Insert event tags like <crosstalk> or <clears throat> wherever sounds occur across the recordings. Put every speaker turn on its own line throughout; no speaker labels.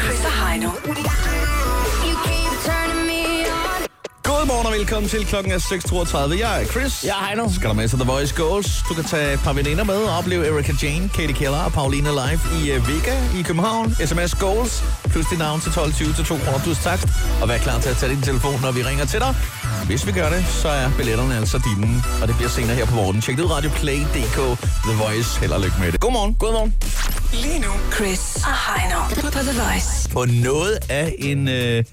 Guido.
Godmorgen og velkommen til klokken er 6.32. Jeg er Chris.
Jeg er Heino.
Skal du med til The Voice Goals. Du kan tage et par veninder med og opleve Erika Jane, Katie Keller og Paulina live i uh, Vega i København. SMS Goals. Plus dit navn til 12.20 til 2 kroner plus takst. Og vær klar til at tage din telefon, når vi ringer til dig. Hvis vi gør det, så er billetterne altså dine. Og det bliver senere her på morgenen. Tjek det ud radioplay.dk. The Voice. Held og lykke med det. Godmorgen.
Godmorgen.
Lige nu, Chris og Heino på The Voice.
på noget af en øh,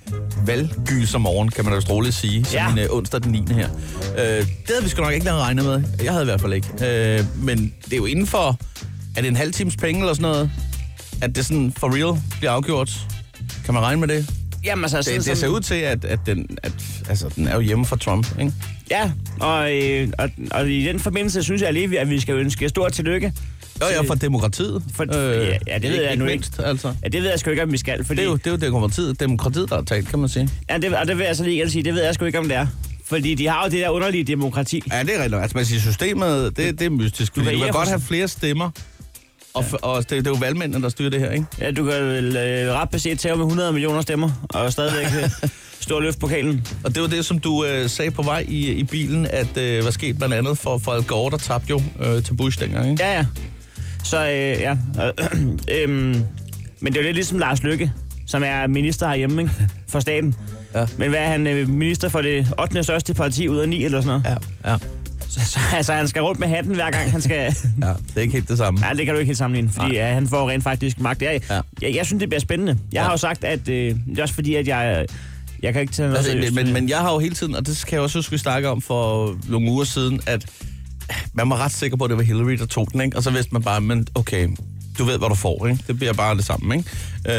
valggyser morgen, kan man da vist roligt sige,
Ja.
sådan en øh, onsdag den 9. her. Øh, det havde vi sgu nok ikke engang regnet med. Jeg havde i hvert fald ikke. Øh, men det er jo inden for, er det en halv times penge eller sådan noget, at det sådan for real bliver afgjort? Kan man regne med det?
Jamen altså, sådan
Det, det ser
som-
ud til, at, at, den, at altså, den er jo hjemme for Trump, ikke?
Ja, og, øh, og, og i den forbindelse synes jeg alligevel, at vi skal ønske jer stort tillykke.
Jo, ja, for demokratiet.
For- ja, ja, det ved
Øh, ikke,
jeg nu ikke.
mindst, altså.
Ja, det ved jeg sgu ikke, om vi skal, fordi...
Det er jo, det er jo demokratiet, demokratiet, der er talt, kan man sige.
Ja, det, og det vil jeg så lige igen sige, det ved jeg sgu ikke, om det er. Fordi de har jo det der underlige demokrati.
Ja, det er rigtigt. nok. Altså, man siger, systemet, det, det er mystisk. Du
kan
kan, du
ikke
kan godt
forstå-
have flere stemmer, og, f- og det, det er jo valgmændene, der styrer det her, ikke?
Ja, du kan vel øh, ret beset tage med 100 millioner stemmer, og stadigvæk
<laughs>
øh, stå og løfte pokalen.
Og det var det, som du øh, sagde på vej i, i bilen, at øh, hvad skete blandt andet for, for Al Gore, der tabte jo øh, til Bush dengang, ikke?
Ja, ja. Så øh, ja. <clears throat> Øh, øhm, men det er jo lidt ligesom Lars Lykke, som er minister herhjemme, ikke? For staten.
Ja.
Men hvad er han øh, minister for det 8. største parti ud af 9 eller sådan noget?
Ja, ja,
Så, så, <laughs> altså, han skal rundt med hatten hver gang, han
<laughs>
skal...
ja. Det er ikke helt det samme.
Nej, det kan du ikke helt sammenligne, fordi ja, han får rent faktisk magt. Jeg,
Ja.
ja. jeg, jeg synes, det bliver spændende. Jeg
Ja.
ja. har jo sagt, at... Øh, det er også fordi, at jeg... Jeg kan ikke tage noget
Altså,
seriøst.
men, men, men jeg har jo hele tiden, og det kan jeg også huske, vi snakkede om for nogle uger siden, at man var ret sikker på, at det var Hillary, der tog den, ikke? Og så vidste man bare, men okay, du ved, hvad du får, ikke? Det bliver bare det samme, ikke?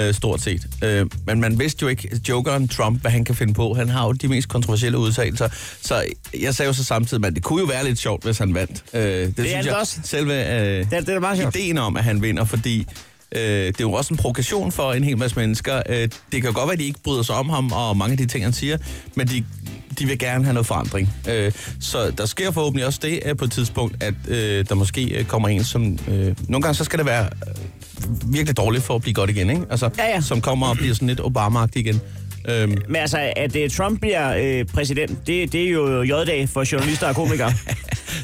Øh, stort set. Øh, men man vidste jo ikke, jokeren Trump, hvad han kan finde på. Han har jo de mest kontroversielle udtalelser. Så jeg sagde jo så samtidig, at det kunne jo være lidt sjovt, hvis han vandt. Øh, det, det
er
synes
det
jeg
også.
selve øh,
det er da meget sjovt.
ideen om, at han vinder, fordi øh, det er jo også en provokation for en hel masse mennesker. Øh, det kan jo godt være, at de ikke bryder sig om ham og mange af de ting, han siger, men de, de vil gerne have noget forandring. Øh, så der sker forhåbentlig også det øh, på et tidspunkt, at øh, der måske øh, kommer en, som... Øh, nogle gange så skal det være øh, virkelig dårligt for at blive godt igen, ikke? Altså,
Ja, ja.
som kommer og bliver sådan lidt obama igen. Øhm,
Men altså, at øh, Trump bliver øh, præsident, det, det er jo J-dag for journalister og
<laughs>
komikere.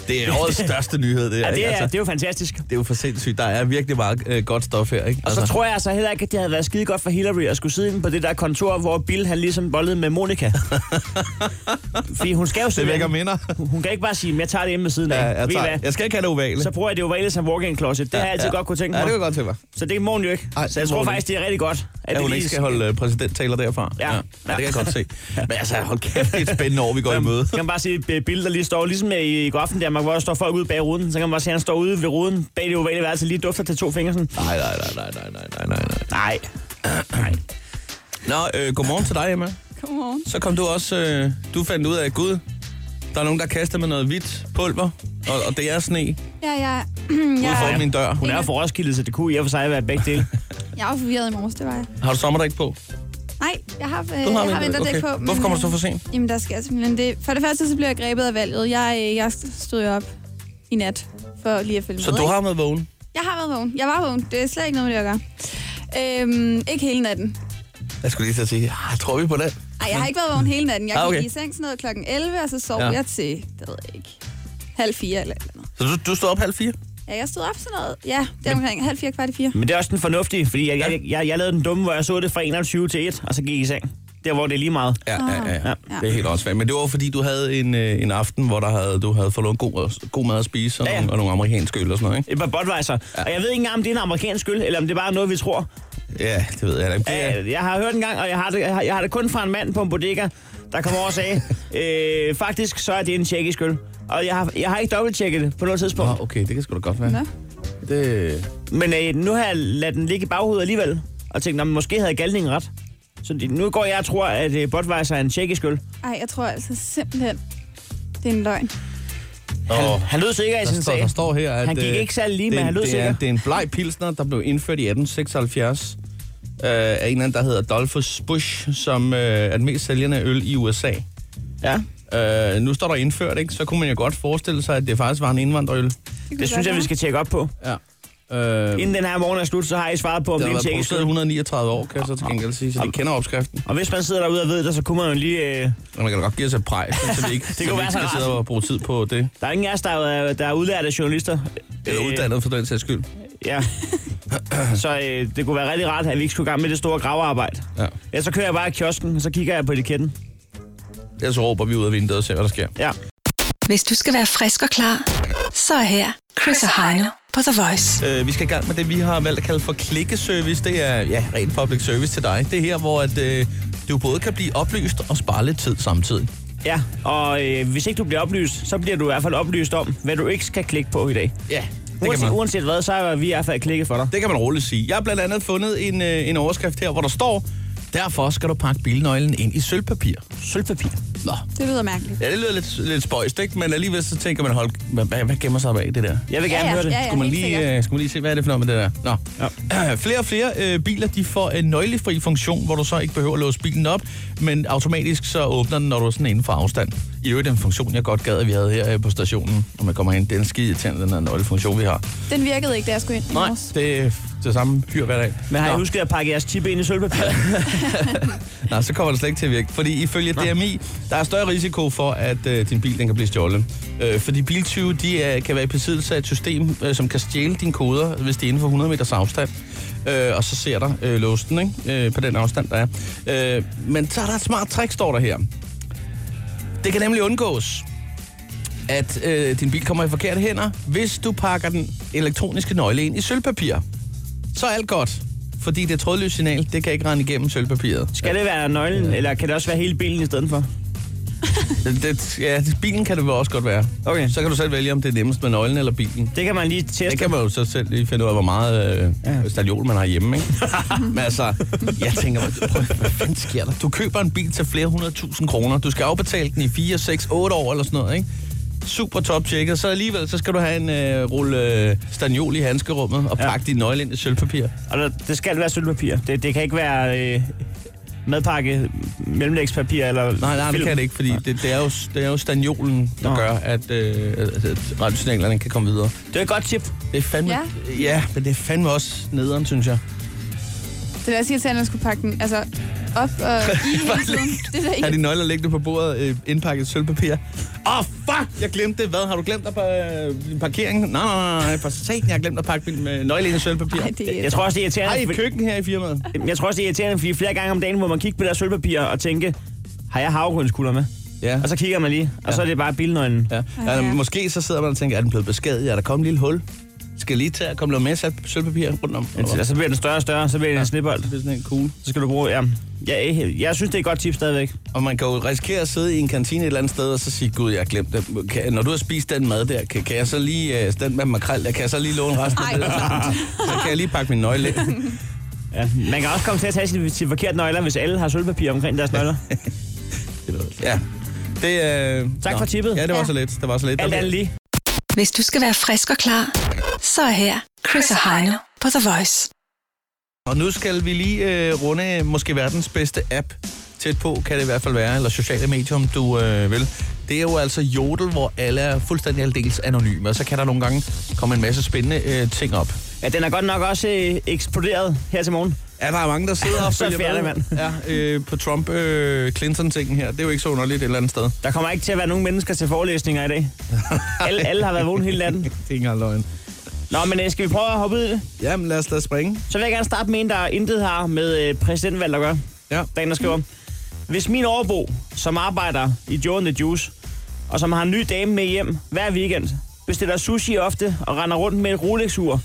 det er årets største nyhed, det
<laughs>
her,
ja, det,
ikke?
er,
Altså,
det er jo fantastisk.
det er jo for sindssygt. Der er virkelig meget øh, godt stof her, ikke?
Og så tror jeg så heller ikke, at det havde været skide godt for Hillary at skulle sidde inde på det der kontor, hvor Bill han ligesom bollede med
<laughs>
Monika. Fordi hun skal jo
det vækker
simpelthen-
minder.
Hun kan ikke bare sige, at jeg tager det hjemme ved siden af.
Ja, jeg,
Ved I
tager,
hvad?
jeg skal ikke have det ovale.
Så bruger jeg det ovale som walk-in closet. Det har jeg altid godt kunne tænke mig.
Ja, det kunne jeg godt tænke mig.
Så det må hun jo ikke.
Ej,
Ej, så jeg
det må
tror
hun
faktisk, det er rigtig godt. At
At
det
hun
lige
ikke skal
sk-
holde øh, præsidenttaler derfra.
Ja.
ja. ja det kan jeg godt
<laughs>
se. Men altså, hold kæft, det er et spændende år, vi går i møde.
Kan man bare se et øh, billede, der lige står, ligesom i, i går aften Danmark, hvor der står folk ude bag ruden. Så kan man bare se, at han står ude ved ruden, bag det ovale værelse, lige dufter til to fingre sådan.
Nej, nej, nej, nej, nej, nej, nej, nej, nej.
Nej. Nej.
Nå, øh, godmorgen til dig, Emma.
Godmorgen.
Så kom du også, øh, du fandt ud af, gud, der er nogen, der kaster med noget hvidt pulver, og, og det er sne ude
Ja, <clears throat> jeg,
foran
jeg,
min dør.
Hun er jo for Roskilde, så det kunne i og for sig være begge
<laughs>
dele.
jeg var forvirret i morges, det var jeg.
Har du sommerdæk på?
Nej, jeg har, øh,
Du
jeg har vinterdæk
okay.
på. men- øh,
Hvorfor kommer du så for sent?
Jamen, der sker simpelthen det. For det første, så blev jeg grebet af valget. Jeg, øh, jeg stod jo op i nat for lige at følge
Så
med.
du
ikke?
har med vågen?
Jeg har været vågen. Jeg var vågen. Det er slet ikke noget med det at gøre. Øhm, ikke hele natten.
Jeg skulle lige til at sige, ah, tror vi på det?
Ej, jeg har ikke været vågen hele natten. Jeg
Ah,
gik
okay.
i seng sådan noget klokken 11, og så sov
Ja.
ja. jeg til, det ved jeg ikke, halv fire eller et eller andet.
Så du, du står op halv fire?
Ja, jeg stod op sådan noget. Ja, det er omkring halv fire, kvart i fire.
Men det er også den fornuftige, fordi jeg, jeg, jeg, jeg lavede den dumme, hvor jeg så det fra 21 til 1, og så gik i seng. Der, hvor det er lige meget.
Ja, ja, ja, ja.
Ja.
Det er helt åndssvagt. Men det var fordi, du havde en, øh, en aften, hvor der havde, du havde fået noget god, god mad at spise og,
Ja, ja.
nogle, og nogle amerikanske øl og sådan noget, ikke?
Et par Budweiser. Ja. Og jeg ved ikke engang, om det er en amerikansk øl, eller om det er bare noget, vi tror.
Ja, det ved jeg da ikke. Det er-
Ja. Jeg har hørt en gang, og jeg har, det, jeg, har, jeg har det kun fra en mand på en bodega, der kom over og
<laughs>
sagde, øh, faktisk så er det en tjekkisk øl. Og jeg har, jeg har ikke dobbelttjekket det på noget tidspunkt.
Nå, okay, det kan sgu da godt være.
Nå.
Det...
Men øh, nu har jeg ladet den ligge i baghovedet alligevel, og tænkt, "Nå, men måske havde galningen ret. Så det, nu går jeg og tror, at øh, Budweiser er en tjekkisk øl.
Ej, jeg tror altså simpelthen, det er en løgn.
Han, han lød sikker i
Der
sin
står,
sag.
der står her, at...
Han gik
øh,
ikke særlig lige,
det er
men han
en-
lød
det er,
sikker.
det er en bleg pilsner, der blev indført i 1876 øh, af en eller anden, der hedder Adolphus Bush, som øh, er den mest sælgende øl i USA.
Ja.
Øh, nu står der indført, ikke? Så kunne man jo godt forestille sig, at det faktisk var en indvandrerøl.
kunne
Det synes
godt
jeg, vi
være.
skal tjekke op på.
Ja.
Øh,
Inden den her morgen er slut, så har I svaret på, om
Det
det
har
er en
været
tjekkisk
produceret i
øl.
139 år, kan jeg så til gengæld sige, så de kender opskriften.
Og hvis man sidder derude og ved det, så kunne man jo lige... Øh,
Og man kan da godt give os et prej, så vi <laughs> ikke, så vi
kunne
ikke
være så
skal
rart.
sidde og bruge tid på det.
der er ingen af os, der er, der er udlærte journalister.
Eller
Øh,
uddannet for den sags skyld.
Ja. <clears throat> så øh, det kunne være rigtig rart, at vi ikke skulle i gang med det store gravearbejde.
Ja.
Ja, så kører jeg bare i kiosken, og så kigger jeg på etiketten.
Ellers så råber vi ud af vinduet og ser, hvad der sker.
Ja.
Hvis du skal være frisk og klar, så er her Chris og Heino på The Voice.
Øh, vi skal i gang med det, vi har valgt at kalde for klikkeservice. Det er ja, ren public service til dig. Det er her, hvor at, øh, du både kan blive oplyst og spare lidt tid samtidig.
Ja, og øh, hvis ikke du bliver oplyst, så bliver du i hvert fald oplyst om, hvad du ikke skal klikke på i dag.
Ja, det kan
Uanset,
man.
uanset hvad, så er vi i hvert fald klikket for dig.
Det kan man roligt sige. Jeg har blandt andet fundet en, øh, en overskrift her, hvor der står, derfor skal du pakke bilnøglen ind i sølvpapir.
Sølvpapir.
Nå.
Det lyder mærkeligt.
Ja, det lyder lidt, lidt spøjst, ikke? Men alligevel så tænker man, hold, hvad, hvad, hvad gemmer sig bag det der?
Jeg vil
Ja,
gerne
ja,
høre det.
ja, ja.
Skulle man,
helt
lige,
sikkert.
øh, skulle man lige se, hvad er det for noget med det der? Nå. Ja. <clears throat> flere og flere øh, biler, de får en nøglefri funktion, hvor du så ikke behøver at låse bilen op, men automatisk så åbner den, når du er sådan inden for afstand. I øvrigt en funktion, jeg godt gad, at vi havde her øh, på stationen, når man kommer ind. Den skide irriterende, den her nøglefunktion, vi har.
Den virkede ikke, da jeg skulle ind i
Nej,
morges.
det er det samme fyr hver dag.
Men har I
Nå.
husket at pakke jeres chip ind i sølvpapir?
Nej, så kommer det slet ikke til at virke. Fordi ifølge DMI, der er større risiko for, at øh, din bil den kan blive stjålet. Øh, fordi biltyve, de øh, kan være i besiddelse af et system, øh, som kan stjæle dine koder, hvis det er inden for 100 meters afstand. Øh, og så ser der øh, låsten, ikke? Øh, på den afstand, der er. Øh, men så er der et smart trick, står der her. Det kan nemlig undgås, at øh, din bil kommer i forkerte hænder, hvis du pakker den elektroniske nøgle ind i sølvpapir. Så er alt godt, fordi det trådløse signal, det kan ikke rende igennem sølvpapiret.
Skal det være nøglen, ja. eller kan det også være hele bilen i stedet for?
Det, det, ja, det- bilen kan det vel også godt være.
Okay.
Så kan du selv vælge, om det er nemmest med nøglen eller bilen.
Det kan man lige teste.
Det kan man jo så selv lige finde ud af, hvor meget øh, ja.
Ja.
stadion man har
<laughs>
hjemme, ikke? Men altså, jeg tænker, hvad, prøv, hvad fanden sker der? Du køber en bil til flere hundrede tusind kroner. Du skal afbetale den i 4, 6, 8 år eller sådan noget, ikke? Super top tjekket. Så alligevel, så skal du have en øh, rulle øh, stagnol i handskerummet og
Ja.
pakke din nøgle ind i sølvpapir.
Og der, det skal være sølvpapir. Det, det kan ikke være øh, madpakke, mellemlægspapir eller
Nej, nej, det
film.
kan det ikke, fordi det, det, er, jo, det er jo stagnolen, der
Nå.
gør, at, øh, at at radiosignalerne kan komme videre.
Det er et godt tip.
Det er fandme... Ja.
Ja.
ja, men det er fandme også nederen, synes jeg.
Det er også irriterende, at man skulle pakke den altså, op og i hele tiden. Det er da
Har
ikke...
de nøgler liggende på bordet, øh, indpakket i sølvpapir? Åh, oh, fuck! Jeg glemte det. Hvad? Har du glemt at pa- øh, parkeringen? Nej, nej, nej, nej. For satan, jeg har glemt at pakke min øh, nøgle ind i sølvpapir.
Ej,
Ej,
det
Jeg,
er...
jeg tror også, det er irriterende.
i
fordi-
et køkken her i firmaet.
Jeg tror også, det er irriterende, fordi flere gange om dagen må man kigge på det der sølvpapir og tænke, har jeg havregrynskugler med?
Ja.
Og så kigger man lige, og
Ja.
så er det bare bilnøglen.
ja. ja.
ja.
Måske så sidder man og tænker, er den blevet beskadiget? Er der kommet et lille hul? Skal jeg lige tage at komme noget mere sat sølvpapir rundt om?
Ja. Og altså, så bliver den større og større, så bliver det en snibbold.
Det er sådan en cool.
Så skal du bruge, ja. Jeg, jeg, jeg synes, det er et godt tip stadigvæk.
Og man kan jo risikere at sidde i en kantine et eller andet sted, og så sige, gud, jeg har glemt det. Kan, når du har spist den mad der, kan, kan jeg så lige, øh, den med makrel der, kan jeg så lige låne resten af
Ej.
det? der? Så kan jeg lige pakke min nøgle ind.
<laughs>
Ja. Man kan også komme til at tage sine, sine forkerte nøgler, hvis alle har sølvpapir omkring deres
<laughs>
nøgler.
Ja. Det, øh,
Tak for tippet.
Ja, det var
Ja.
så lidt. Det var så lidt.
Alt andet lige.
Hvis du skal være frisk og klar, så er her Chris og Heino på The Voice.
Og nu skal vi lige øh, runde øh, måske verdens bedste app. Tæt på kan det i hvert fald være, eller sociale medier, om du øh, vil. Det er jo altså Jodel, hvor alle er fuldstændig aldeles anonyme, og så kan der nogle gange komme en masse spændende øh, ting op.
Ja, den er godt nok også øh, eksploderet her til morgen.
Ja, der er mange, der sidder <laughs> og
Så
følger
fjerner
med ja, øh, på Trump-Clinton-tingen her. Det er jo ikke så underligt et eller andet sted.
Der kommer ikke til at være nogen mennesker til forelæsninger i
<laughs>
dag. alle, alle har været vågne hele natten.
Det er ikke engang løgn.
Nå, men øh, skal vi prøve at hoppe ud i det?
Jamen, lad os da springe.
Så vil jeg gerne starte med en, der intet har med øh, præsidentvalg at gøre.
Ja.
Der er en, der skriver, hvis min overbo, som arbejder i Joe and the Juice, og som har en ny dame med hjem hver weekend, bestiller sushi ofte og render rundt med et Rolex-ur,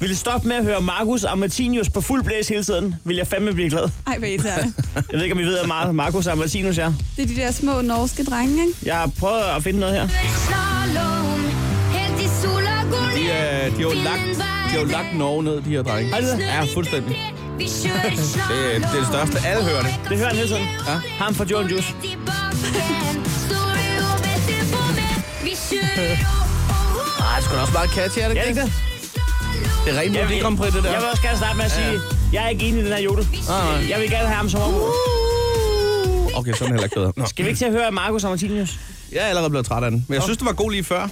ville stoppe med at høre Markus og Martinius på fuld blæs hele tiden, vil jeg fandme blive glad.
Ej, hvor irriterende.
Jeg ved ikke, om I ved, hvor meget Markus og Martinus er.
Det er de der små norske drenge, ikke?
Jeg har prøvet at finde noget her.
Slalom, helt i
De,
solagurne.
øh, de, har jo lagt, de har jo lagt Norge ned, de her drenge.
Har de det?
Ja, fuldstændig.
Vi kører et
<laughs> Det, er- det er det største. Alle hører det.
Det hører han hele tiden.
Ja.
Ham fra Joe and Juice.
slalom. I bakken, står i ovette på mig. Vi kører op og
Ej, det skulle også meget catchy, er det
Ja, det er det.
Det er rent musikkompræt, det der.
Jeg vil også gerne starte med at sige,
Ja.
jeg er ikke enig i den her jodel.
Nej, Uh! nej.
Jeg vil gerne have ham som overbo.
Okay, sådan er heller ikke bedre. Nå.
Skal vi ikke til at høre Markus og Martinus?
Jeg er allerede blevet træt af den, men jeg synes, det var god lige før.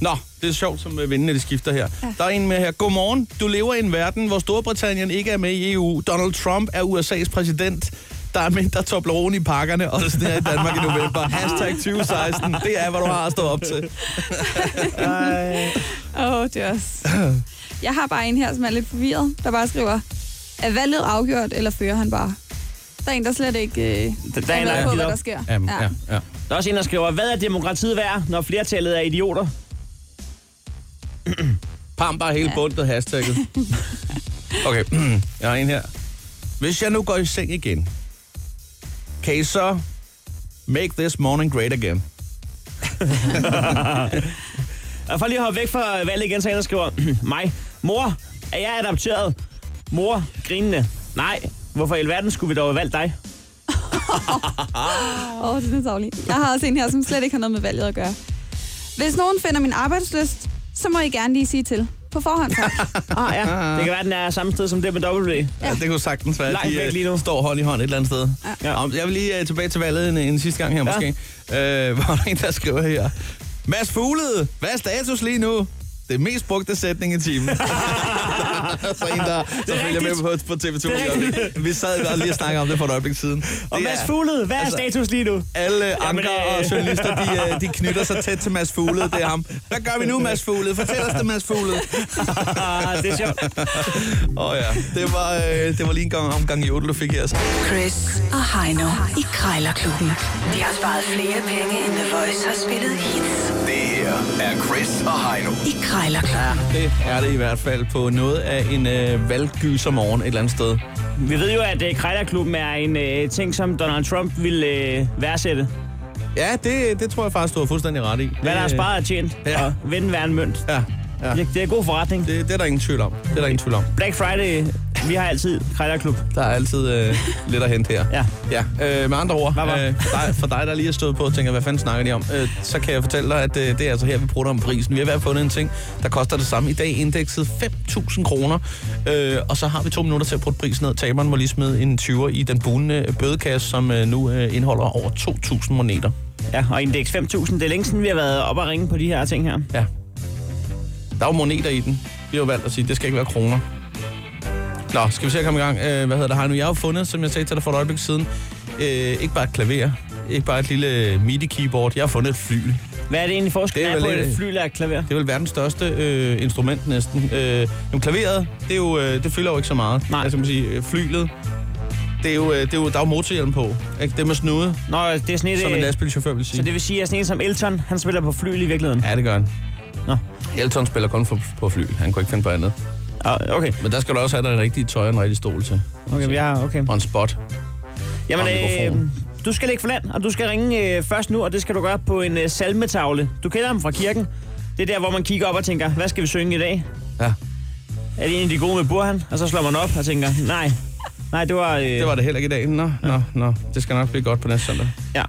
Nå, det er sjovt, som øh, vindene de skifter her. Ja. Der er en med her. Godmorgen. Du lever i en verden, hvor Storbritannien ikke er med i EU. Donald Trump er USA's præsident. Der er mindre Toblerone i pakkerne, og det sneer i Danmark i november. <laughs> Hashtag 2016. Det er, hvad du har at stå op til.
Åh, oh, det er også... <clears throat> Jeg har bare en her, som er lidt forvirret, der bare skriver, er valget afgjort, eller fører han bare? Der er en, der slet ikke øh,
Der, der, er
er
en, der,
med
har
på,
givet
hvad
op.
der sker.
Jamen, ja. ja.
der er også en, der skriver, hvad er demokratiet værd, når flertallet er idioter?
Pam bare hele bundet hashtagget. <laughs> Okay, <clears throat> jeg har en her. Hvis jeg nu går i seng igen, kan I så make this morning great again?
Og for lige at hoppe væk fra valget igen, så er der en, der skriver, <clears throat> mig, mor, er jeg adopteret? Mor, grinende, nej, hvorfor i alverden skulle vi dog have valgt dig?
Åh, oh, det er dårligt. Jeg har også en her, som slet ikke har noget med valget at gøre. Hvis nogen finder min arbejdsløst, så må I gerne lige sige til. På forhånd, tak.
Ah ja, <laughs> det kan være, den er samme sted som det med W.
Ja. Det kunne sagtens være, at
Langt
de
væk
øh,
lige nu.
står hånd i hånd et eller andet sted.
Ja.
Ja. Jeg vil lige uh, tilbage til valget en, en sidste gang her måske. Øh, <laughs> hvor er der en, der skriver her. Mads Fuglede, hvad er status lige nu? Det er mest brugte sætning i timen.
<laughs>
så en, der så følger med
rigtigt.
på, på TV2. i øjeblikket. Vi sad bare lige og snakkede om det for et øjeblik siden.
Og
Det
Mads
er-
Fuglede, hvad er
altså-
status lige nu?
Alle anker
øh.
og journalister, de, øh, de knytter sig tæt til Mads Fuglede. Det er ham. Hvad gør vi nu, Mads Fuglede? Fortæl os det, Mads Fuglede.
Ah, det er sjovt.
Åh oh, ja, det var, øh, det var lige en gang omgang i du fik her. Så.
Chris og Heino i Krejlerklubben. De har sparet flere penge, end The Voice har spillet hits
Det her er Chris og Heino.
i Krejlerklubben.
Det er det i hvert fald på noget af en øh, valggyser morgen et eller andet sted.
Vi ved jo, at øh, Krejlerklubben er en øh, ting, som Donald Trump ville øh, værdsætte.
Ja, det, det tror jeg faktisk, du har fuldstændig ret i.
Hvad der er
Det, øh,
sparet og tjent,
Ja.
ja. og vinde hver en mønt.
Ja, ja.
Det, det er god forretning.
Det, det er der ingen tvivl om. Det er der ingen tvivl om.
Black Friday, vi har altid Krejlerklub.
Der er altid øh, lidt at hente her.
Ja.
ja. Øh, med andre ord,
Hvad var?
øh, for, dig, for dig, der lige har stået på og tænker, hvad fanden snakker de om, øh, så kan jeg fortælle dig, at øh, det er altså her, vi bruger om prisen. Vi har været fundet en ting, der koster det samme. I dag er indekset 5.000 kroner, øh, og så har vi to minutter til at putte prisen ned. Taberen må lige smide en 20'er i den bunende bødekasse, som øh, nu øh, indeholder over 2.000 moneter.
Ja, og Index 5000, det er længe siden, vi har været op og ringe på de her ting her.
Ja. Der er jo moneter i den. Vi har jo valgt at sige, at det skal ikke være kroner. Nå, skal vi se at komme i gang. Øh, hvad hedder det, Heino? Jeg har jo fundet, som jeg sagde til dig for et øjeblik siden, øh, ikke bare et klaver, ikke bare et lille MIDI-keyboard. Jeg har fundet et fly.
Hvad er det egentlig
Det
forskellen
er
er, på
vel, øh,
et fly og et klaver?
Det er vel verdens største øh, instrument næsten. Øh, men klaveret, det, er jo, øh, det fylder jo ikke så meget.
Nej.
Altså, man sige, øh, flylet, det er jo, øh, det er jo, der er jo motorhjelm på. Ikke? Det er med snude,
Nå, det er sådan et...
som en
øh,
lastbilchauffør vil sige.
så det vil sige, at sådan en som Elton, han spiller på flyl i virkeligheden.
Ja, det gør han.
Nå.
Elton spiller kun for, på fly. Han kunne ikke finde på andet.
Ah, Okay,
Men der skal du også have den rigtige tøj og en rigtig stol til.
okay, vi har... Okay.
Og en spot.
Jamen,
Og
øh,
mikrofon.
du skal lægge for land, og du skal ringe øh, først nu, og det skal du gøre på en øh, salmetavle. Du kender ham fra kirken. Det er der, hvor man kigger op og tænker, hvad skal vi synge i dag?
Ja.
Er det en af de gode med Burhan? Og så slår man op og tænker, nej, nej, det var... Øh,
Det var det heller ikke i dag. Nå, nå, nå. Det skal nok blive godt på næste søndag.
Ja.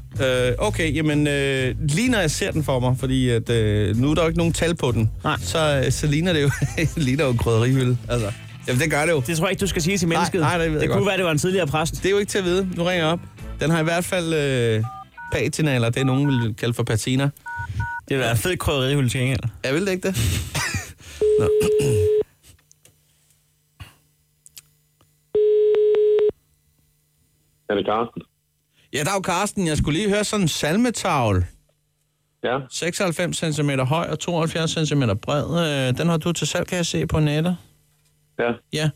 Øh, okay, jamen øh, lige når jeg ser den for mig, fordi at, øh, nu er der jo ikke nogen tal på den,
Nej.
så, øh, så ligner det jo, <laughs> ligner jo en krydderihylde. Altså, jamen det gør det jo.
Det tror jeg ikke, du skal sige til mennesket.
nej, det ved jeg
det
godt.
kunne være, det var en tidligere præst.
Det er jo ikke til at vide. Nu ringer jeg op. Den har i hvert fald øh, patina, eller det nogen vil kalde for patina.
Det var en fed krydderihylde til gengæld.
Jeg vil det ikke det. Nå.
Ja, det er Carsten.
Ja, der er jo Karsten. Jeg skulle lige høre sådan en salmetavl.
Ja,
96 cm høj og 72 cm bred. Øh, Den har du til salg, kan jeg se på nettet.
ja,
Ja.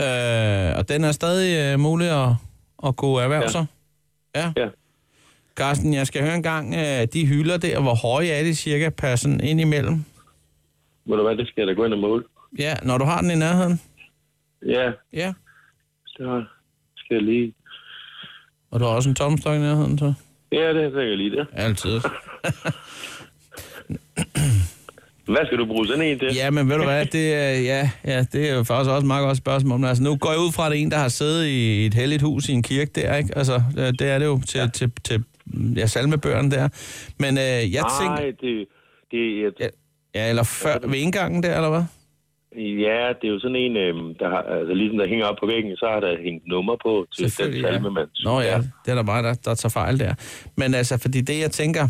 Øh, og den er stadig øh, mulig at, at kunne erhverve
Ja.
sig. Ja.
ja.
Carsten, jeg skal høre en gang, øh, de hylder der, hvor høje er de cirka per sådan ind imellem?
Må du være, det skal jeg da gå ind og måle.
Ja, når du har den i nærheden.
Ja,
Ja.
så skal jeg lige...
Og du har også en tommestok i nærheden, så?
Ja, det tænker jeg lige der.
Altid.
Hvad skal du bruge sådan en til?
Ja, men ved du hvad, det er, ja, ja, det er jo faktisk også et meget godt spørgsmål. Men altså, nu går jeg ud fra, at det er en, der har siddet i et helligt hus i en kirke der, ikke? Altså, øh, det er det jo til, ja. til, til, ja, salmebøgerne der. Men øh, jeg tænker...
Nej, det, det, er-
Ja, ja, eller før, ved indgangen der, eller hvad?
ja, det er jo sådan en, øhm, der har, altså, ligesom der hænger op på væggen, så har der hængt nummer på til den
Selvfølgelig, ja.
salme, man
Nå ja, det er der bare, der, der tager fejl der. Men altså, fordi det, jeg tænker,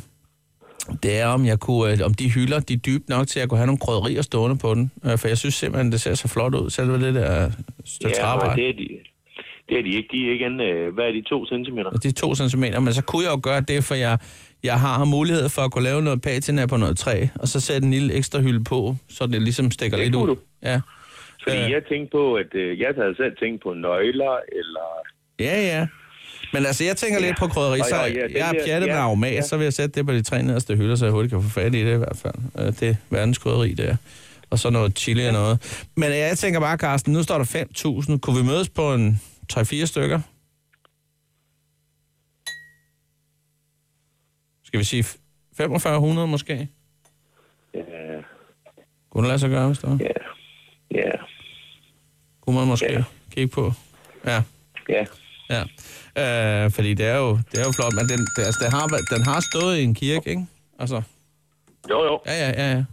det er, om, jeg kunne, øh, om de hylder, de er dybe nok til, at jeg kunne have nogle krydderier stående på den. Øh, for jeg synes simpelthen, det ser så flot ud, selve det der stykke
ja, men
træarbejde.
det er de, det er de ikke. De er ikke en, øh, hvad er de, to centimeter?
Det er to centimeter, men så kunne jeg jo gøre det, for jeg, jeg har mulighed for at kunne lave noget patina på noget træ, og så sætte en lille ekstra hylde på, så det ligesom stikker
Det
lidt ud.
kunne du.
Ja.
Fordi
Øh.
jeg tænkte på, at øh, jeg havde selv tænkt på nøgler, eller...
Ja, ja. Men altså, jeg tænker ja. lidt på krydderi,
Og-
så
og ja, den
jeg er
der-
pjattet med
ja,
aromat, ja.
ja.
så vil jeg sætte det på de tre nederste hylder, så jeg hurtigt kan få fat i det i hvert fald. Øh, Det er verdens krydderi, det er. Og så noget chili og noget. Men øh, jeg tænker bare, Carsten, nu står der 5.000. Kunne vi mødes på en 3-4 stykker? Skal vi sige f- 4500 måske?
Ja,
Kunne det lade sig gøre, hvis det var?
øh, ja, ja,
Kunne man måske
Ja.
kigge på? Ja.
ja.
Ja, øh, fordi det er jo, det er jo flot, men den, det, altså, den, har, været- den har stået i en kirke, ikke? Altså,
Jo, jo.
ja, ja, ja, ja.
Den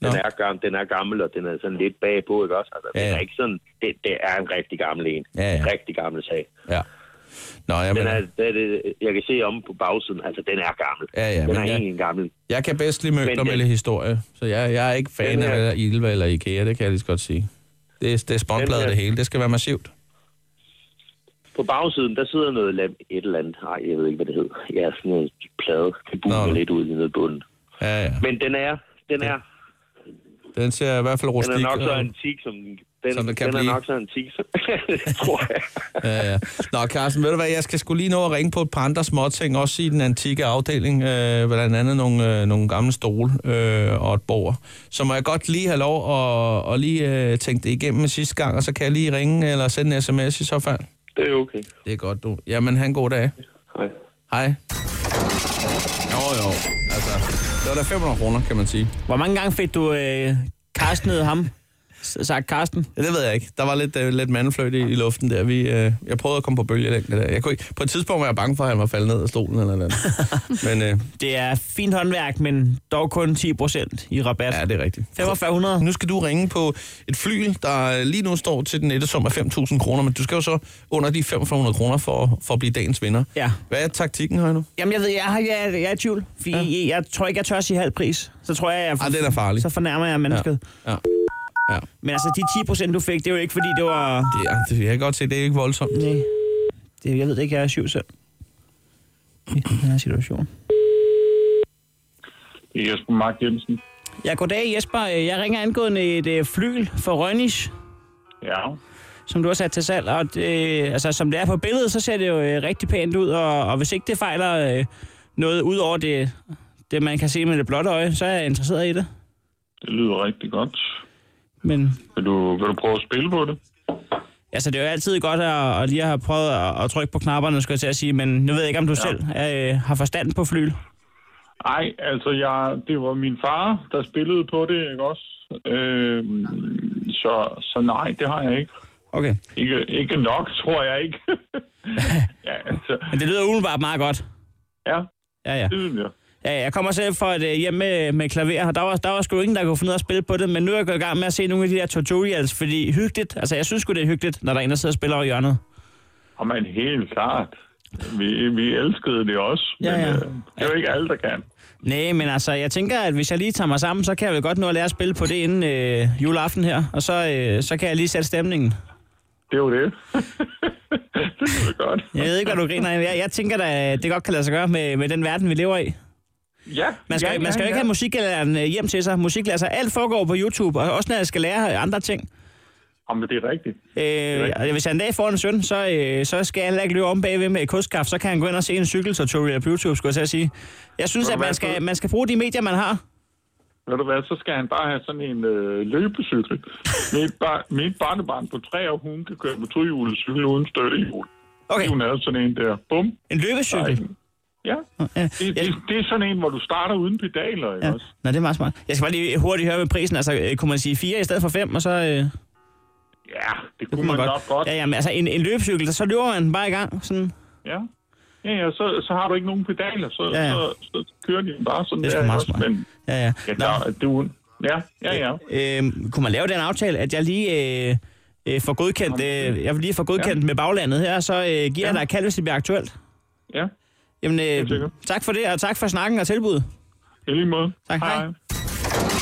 Nå.
er, gammel, den er gammel, og den er sådan lidt bagpå, ikke også? Altså, ja.
Ja,
den
ja.
er ikke sådan... Det, det er en rigtig gammel en.
Ja, ja.
Rigtig gammel sag.
ja. Nå,
Den
jamen,
er, det, det, jeg kan se om på bagsiden, altså den er gammel.
Ja, ja,
den
men
er
jeg-
egentlig en gammel.
jeg kan bedst lide møbler
Men
med
den-
lidt historie, så jeg, jeg er ikke fan
Den her-
af Ilva eller Ikea, det kan jeg lige så godt sige. Det, er- det er spåndbladet
her-
det hele, det skal være massivt.
På bagsiden, der sidder noget lam, et eller andet. Nej, jeg ved ikke, hvad det hedder. Ja, sådan noget plade. Det
Nå.
buler lidt ud i nede i bunden.
Ja, ja.
Men den er, den er,
Den ser i hvert fald
den
rustik.
er nok så
og-
antik, som den, den,
Som den kan
den er
blive.
nok så <laughs> antik, som, tror jeg.
Ja, ja. Nå, Carsten, ved du hvad, jeg skal skulle lige nå at ringe på et par andre småting, også i den antikke afdeling, øh, blandt andet nogle, øh, nogle gamle stole øh, og et bord. Så må jeg godt lige have lov at, at lige øh, tænke det igennem med sidste gang, og så kan jeg lige ringe eller sende en sms i så fald.
Det er okay.
Det er godt, du. Jamen, han god dag.
Hej.
Hej. Jo, jo. Altså, det var da 500 kroner, kan man sige.
Hvor mange gange fik du øh, Karstenet ham? S- Sagt Karsten?
Ja, det ved jeg ikke. Der var lidt, øh, lidt mandefløjt i, i luften der. Vi, øh, jeg prøvede at komme på bølgelængde der. Jeg kunne ikke, på et tidspunkt var jeg bange for, at han var faldet ned af stolen eller noget. Men øh,
Det er fint håndværk, men dog kun 10% i rabat.
ja,
Ja.
det er rigtigt.
4500.
Nu skal du ringe på et fly, der lige nu står til den nette sum af 5.000 kroner, men du skal jo så under de 5.500 kroner for, for at blive dagens vinder.
Ja.
Hvad er taktikken her nu?
Jamen, jeg ved, jeg, har- jeg, jeg er i tvivl, fordi ja. jeg, jeg, tror ikke, jeg tør sige halv pris. Så tror jeg, jeg
Ah, den er farlig.
så fornærmer jeg mennesket.
Ja. Ja.
Men altså, de 10% du fik, det er jo ikke, fordi det var...
Det, er, det jeg kan godt se, det er ikke voldsomt.
Nej. Det, jeg ved det ikke, jeg er syv selv. I den her situation.
Jesper Mark Jensen.
Ja, goddag Jesper. Jeg ringer angående et øh, flyl for Rønnish,
Ja.
som du har sat til salg. Og øh, altså, som det er på billedet, så ser det jo øh, rigtig pænt ud. Og, og hvis ikke det fejler øh, noget ud over det, det, man kan se med det blotte øje, så er jeg interesseret i det.
Det lyder rigtig godt.
Men
Vil du, vil du prøve at spille på det?
altså, det er jo altid godt at, at lige have prøvet at, at trykke på knapperne, skulle jeg til at sige. Men nu ved jeg ikke, om du ja. selv øh, har forstand på flyl.
Nej, altså jeg, det var min far, der spillede på det, ikke også? Øh, så, så nej, det har jeg ikke.
Okay.
Ikke, ikke nok, tror jeg ikke. <laughs> ja, altså,
Men det lyder umiddelbart meget godt.
ja,
Ja, ja.
det synes jeg.
Ja, jeg kommer selv fra et øh, hjem med, med klaver, og der var, der var sgu ingen, der kunne finde ud af at spille på det, men nu er jeg gået i gang med at se nogle af de der tutorials, fordi hyggeligt, altså jeg synes sgu, det er hyggeligt, når der er en, der sidder og spiller over i hjørnet.
Og man helt klart. Vi, vi elskede det også,
Ja,
men
ja.
Øh, det er jo ikke alle, der kan.
Nej, men altså, jeg tænker, at hvis jeg lige tager mig sammen, så kan jeg vel godt nå at lære at spille på det inden øh, juleaften her, og så, øh, så kan jeg lige sætte stemningen.
Det er jo det. <laughs> det lyder godt.
Jeg ved ikke, hvad du griner af. Jeg, jeg tænker da, det godt kan lade sig gøre med, med den verden, vi lever i.
Ja,
Man skal,
ja,
ja, man skal
ja,
jo ikke
ja.
have musiklæreren øh, hjem til sig. Musiklærer sig. Alt foregår på YouTube, og også når jeg skal lære øh, andre ting.
Jamen, det er rigtigt.
Øh, og hvis jeg en dag får en søn, så, øh, så skal jeg heller ikke løbe om bagved med et kustskaft. Så kan han gå ind og se en cykeltutorial på YouTube, skulle jeg til at sige. Jeg synes,
Ved du
at man
hvad,
skal,
Frederik?
man skal bruge de medier, man har.
Ved du hvad, så skal han bare have sådan en øh, løbecykel. mit, bar- mit barnebarn på tre år, hun kan køre på tohjulet cykel uden støttehjul.
Okay,
Hun havde sådan en der. Bum.
en løbecykel.
Ja.
Ja,
Det,
jeg,
det, det er sådan en, hvor du starter uden pedaler, ikke
ja.
også?
Nå, det er meget smart. Jeg skal bare lige hurtigt høre med prisen. Altså, øh, kunne man sige fire i stedet for fem, og så... Øh,
Ja, det kunne man nok godt.
Ja, jamen, altså, en, en løbecykel, så løber man bare i gang. Sådan.
Ja. Ja, ja, så, så har du ikke nogen pedaler, så,
Ja,
ja,
ja.
ja. så, så kører de bare sådan
Det er sgu
der.
meget
ikke også?
smart.
Men
Ja, ja.
ja,
Nå,
der, du, ja, ja, ja.
øh, kunne man lave den aftale, at jeg lige... Øh, øh, får godkendt, øh, jeg vil lige få godkendt ja. med baglandet her, så øh, giver ja. jeg dig et kald, hvis det bliver aktuelt.
ja.
Jamen,
Helt
øh,
sikkert.
tak for det, og tak for snakken og tilbud.
I lige måde.
Tak, hej.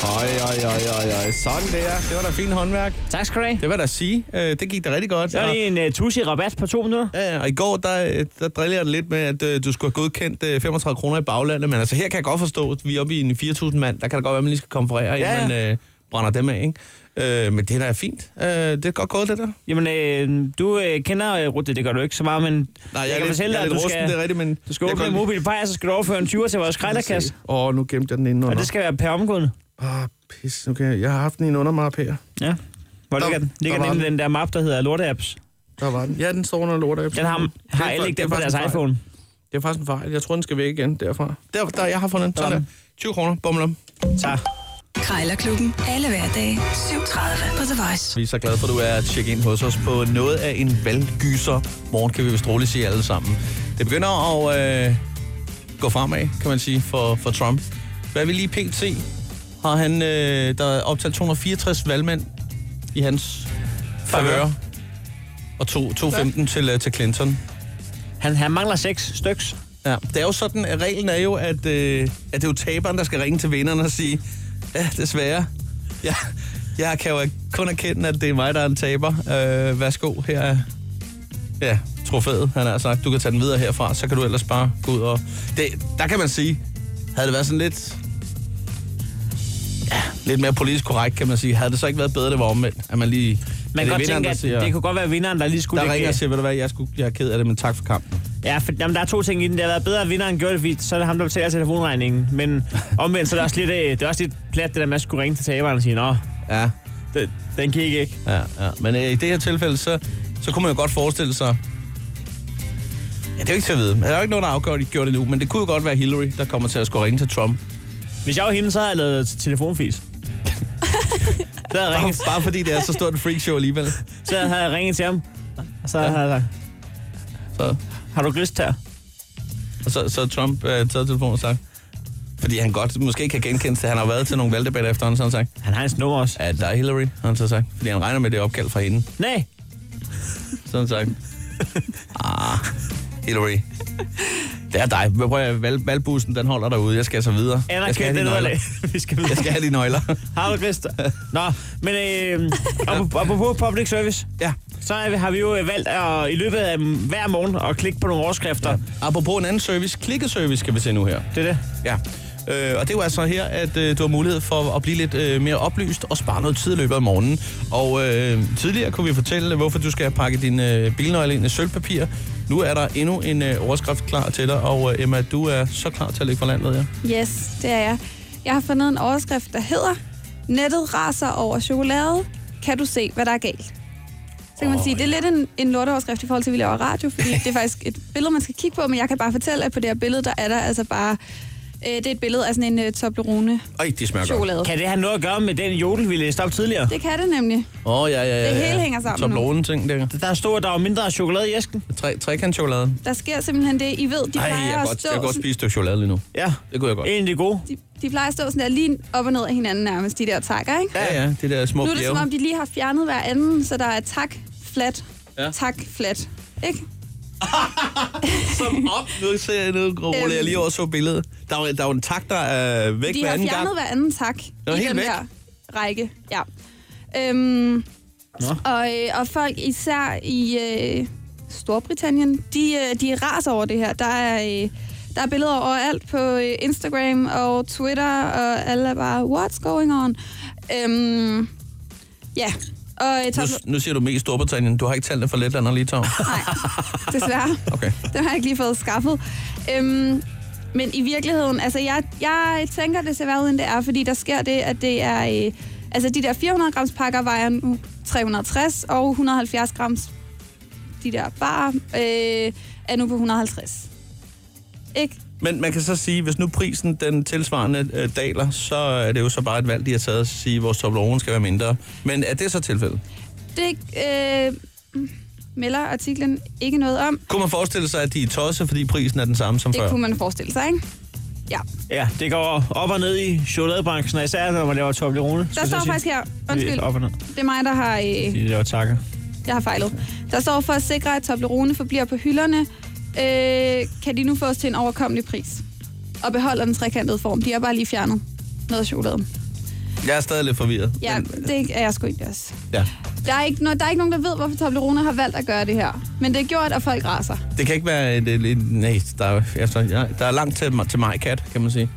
Ej, ej, ej, ej, ej. Sådan der. Det var da fint håndværk.
Tak skal du have.
Det var da at sige. Øh, det gik da rigtig godt.
Så er
Og-
det en uh, tussi-rabat på to minutter.
Ja, ja, og i går, der, øh, der drillede jeg det lidt med, at øh, du skulle have godkendt øh, 35 kroner i baglandet, men altså her kan jeg godt forstå, at vi er oppe i en 4.000 mand, der kan det godt være, at man lige skal konferere,
Ja,
ja,
ja.
inden man øh, brænder dem af, ikke? Øh, men det er da fint. Øh, det er godt gået, det der.
Jamen, øh, du øh, kender øh, Rutte, det gør du ikke så meget, men
Nej, jeg,
jeg
er
kan
lidt,
fortælle
jeg
dig,
er
at
lidt
du
rusten, det er
skal,
rigtigt, men...
du skal åbne en mobil pej, og så skal du overføre en 20'er til vores skrælderkasse.
Åh, oh, nu gemte jeg den inde
Og
under.
det skal være peromkunde.
Ah, pis. Okay, jeg har haft den i en undermap her.
Ja. Hvor
Der-
ligger den?
der
Ligger
var
den i
den.
den der map, der hedder Lorteapps?
Der var den. Ja, den står under lort.
Den har, har alle ikke den på deres iPhone.
Det er faktisk en fejl. Jeg tror, den skal væk igen derfra. Der, der jeg har fundet den. Sådan
Sådan.
der. 20 kroner. Bummelum.
Tak.
Krejlerklubben. Alle hverdage. 7.30 på The Voice.
Vi er så glade for, at du er at tjekke ind hos os på noget af en valggyser. Morgen kan vi vist roligt sige alle sammen. Det begynder at øh, gå fremad, kan man sige, for, for Trump. Hvad vi lige pt. Har han, øh, der er optalt 264 valgmænd i hans favør. Og to- 215 til, øh, til Clinton.
Han, han mangler seks styks.
Ja. Det er jo sådan, at reglen er jo, at, øh, at det er jo taberen, der skal ringe til vinderne og sige, ja, desværre, jeg, jeg kan jo kun erkende, at det er mig, der er en taber. Øh, værsgo, her er ja, trofæet, han har sagt. Du kan tage den videre herfra, så kan du ellers bare gå ud og... Det, der kan man sige, havde det været sådan lidt... Ja, lidt mere politisk korrekt, kan man sige. Havde det så ikke været bedre, det var omvendt, at man lige...
Man
at
kan
det er
godt
vinderen,
tænke,
der
at
siger-
det kunne godt være vinderen, der lige skulle
der ringer
lægge-
og siger, ved du hvad, jeg, skulle, jeg er ked af det, men tak for kampen.
Ja, for, jamen, der er to ting i den. Det har været bedre, at vinderen gjorde det, fordi så er det ham, der betaler telefonregningen. Men omvendt, så er det også lidt, øh, det er også lidt plat, det der med at skulle ringe til taberen og sige, nå,
Ja,
den, den gik ikke.
Ja, ja. Men øh, i det her tilfælde, så, så kunne man jo godt forestille sig... Ja, det er jo ikke til at vide. Der er jo ikke nogen, der afgør, at de gjorde det nu. Men det kunne jo godt være Hillary, der kommer til at skulle ringe til Trump.
Hvis jeg var hende, så havde jeg lavet t- telefonfis. så, havde jeg
Bare,
ringet,
<laughs> bare fordi det er så stort et freakshow alligevel.
så havde jeg ringet til ham, og så havde jeg sagt,
Så,
har du grist her?
og så, så har Trump øh, taget telefonen og sagt... Fordi han godt måske kan genkendes det. Han har jo været til nogle valgdebatter efterhånden, så har han sagt,
Han har hans nummer også.
ja, der er Hillary, har han så sagt. Fordi han regner med det er opkald fra hende.
Nej,
Så har han sagt, ah, Hillary, det er dig. Prøv at høre, valg, valgbussen, den holder derude. Jeg skal så videre. Jeg
anerkend
skal have
det
dine nøgler.
nederlag. <laughs> Vi skal
Jeg
videre.
skal have de nøgler.
Har du
<laughs>
grist? Nå, men øh, apropos- apropos public service,
ja.
så er vi- har vi jo øh, valgt at, i løbet af mm, hver morgen at klikke på nogle overskrifter. Ja.
Apropos en anden service, klikkeservice skal vi se nu her.
Det er det.
Ja. Øh, og det er jo altså her, at øh, du har mulighed for at blive lidt øh, mere oplyst og spare noget tid i løbet af morgenen. Og øh, tidligere kunne vi fortælle, hvorfor du skal pakke din øh, bilnøgle ind i sølvpapir. Nu er der endnu en øh, overskrift klar til dig, og øh, Emma, du er så klar til at lægge for landet, ja.
Yes, det er jeg. Jeg har fundet en overskrift, der hedder Nettet raser over chokolade. Kan du se, hvad der er galt? Så kan man sige, det er lidt en, en lorteoverskrift i forhold til, at vi laver radio,
<laughs>
fordi det er faktisk et billede, man skal kigge på, men jeg kan bare fortælle, at på det her billede, der er der altså bare... Øh, det er et billede af sådan en øh, Toblerone-chokolade.
Ej, det smager godt.
Kan det have noget at gøre med den jodel, vi læste op tidligere?
Det kan det nemlig.
Åh, oh, ja, ja, ja.
Det
ja.
hele hænger sammen nu.
Toblerone ting der.
Der stod, at der var mindre chokolade i æsken.
Tre, trekantchokoladen.
Der sker simpelthen det, I ved, de
Ej, jeg
plejer
kan
at
godt,
stå...
jeg kan godt
sådan-
spise et stykke chokolade lige nu.
Ja,
Det kunne jeg godt.
en af de gode.
de, de plejer at stå sådan der lige op og ned af hinanden nærmest, de der takker, ikke?
Ja, ja, det der små
Nu er det som om, de lige har fjernet hver anden, så der er tak, flat,
Ja.
ja. tak, flat. Ikke?
Som op, nu ser jeg noget grå.
Øhm.
Jeg lige over så billedet. Der er, jo- der er jo en tak, der er væk
De
hver
har
anden
fjernet
gang.
hver anden tak det
var
i
helt
den
væk.
der række. Ja. Øhm, og, øh, og folk især i øh, Storbritannien, de, øh, de raser over det her. Der er, øh, der er billeder overalt på øh, Instagram og Twitter, og alle er bare, what's going on? Øhm, ja, og øh, Tom,
Nu, nu siger du mest Storbritannien. Du har ikke tallene for Letland og Litauen.
<laughs> Nej, desværre.
Okay.
Den har jeg ikke lige fået skaffet. Øhm, men i virkeligheden, altså jeg, jeg tænker, det ser værre ud, end det er, fordi der sker det, at det er... Øh, altså de der 400 grams pakker vejer nu 360, og 170 grams, de der bare, øh, er nu på 150. Ikke?
Men man kan så sige, hvis nu prisen den tilsvarende øh, daler, så er det jo så bare et valg, de har taget at sige, at vores Toblerone skal være mindre. Men er det så tilfældet?
Det øh, melder artiklen ikke noget om.
Kunne man forestille sig, at de er tosset, fordi prisen er den samme som før?
Det kunne man forestille sig, ikke? Ja.
Ja, det går op og ned i chokoladebranchen, og især når man laver Toblerone. skulle
Der
jeg
står
sige.
faktisk her,
Det
undskyld,
er Op og ned.
det er mig, der har... Øh,
De laver takker.
Jeg har fejlet. Der står for at sikre, at Toblerone forbliver på hylderne, øh, kan de nu fås til en overkommelig pris. og beholder den trekantede form. De har bare lige fjernet noget chokolade.
Jeg er stadig lidt forvirret.
Ja,
men,
det er jeg sgu egentlig også.
ja.
Der er, ikke, no, der er ikke nogen, der ved, hvorfor Toblerone har valgt at gøre det her. Men det er gjort, at folk <laughs> raser.
Det kan ikke være et, et, et nej, der er, altså, ja, der er langt til, til mig, Kat, kan man sige.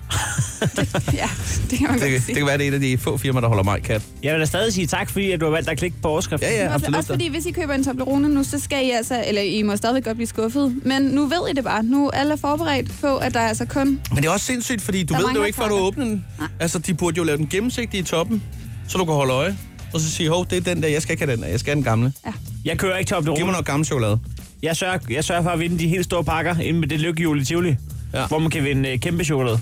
Ja, det kan man
Det,
godt
det
sige.
kan være, det er et af de få firmaer, der holder mig, Kat.
Jeg vil da stadig sige tak, fordi at du har valgt at klikke på overskriften.
Ja, ja,
Også,
absolut.
også fordi, hvis I køber en Toblerone nu, så skal I altså... Eller I må stadigvæk godt blive skuffet. Men nu ved I det bare. Nu er alle forberedt på, at der er altså kun...
Men det er også sindssygt, fordi du
Der
ved det jo
mangler
ikke, før du
toppen.
åbner den. Altså, de burde jo lave den gennemsigtig i toppen, så du kan holde øje. Og så sige, hov, det er den der, jeg skal ikke have den der, jeg skal have den gamle.
Jeg kører ikke til
Giv mig
Toblerone.
noget gammel chokolade.
Jeg sørger, jeg sørger for at vinde de helt store pakker inden med det lykkehjul i Tivoli,
Ja.
ja. hvor man kan vinde øh, kæmpe chokolade.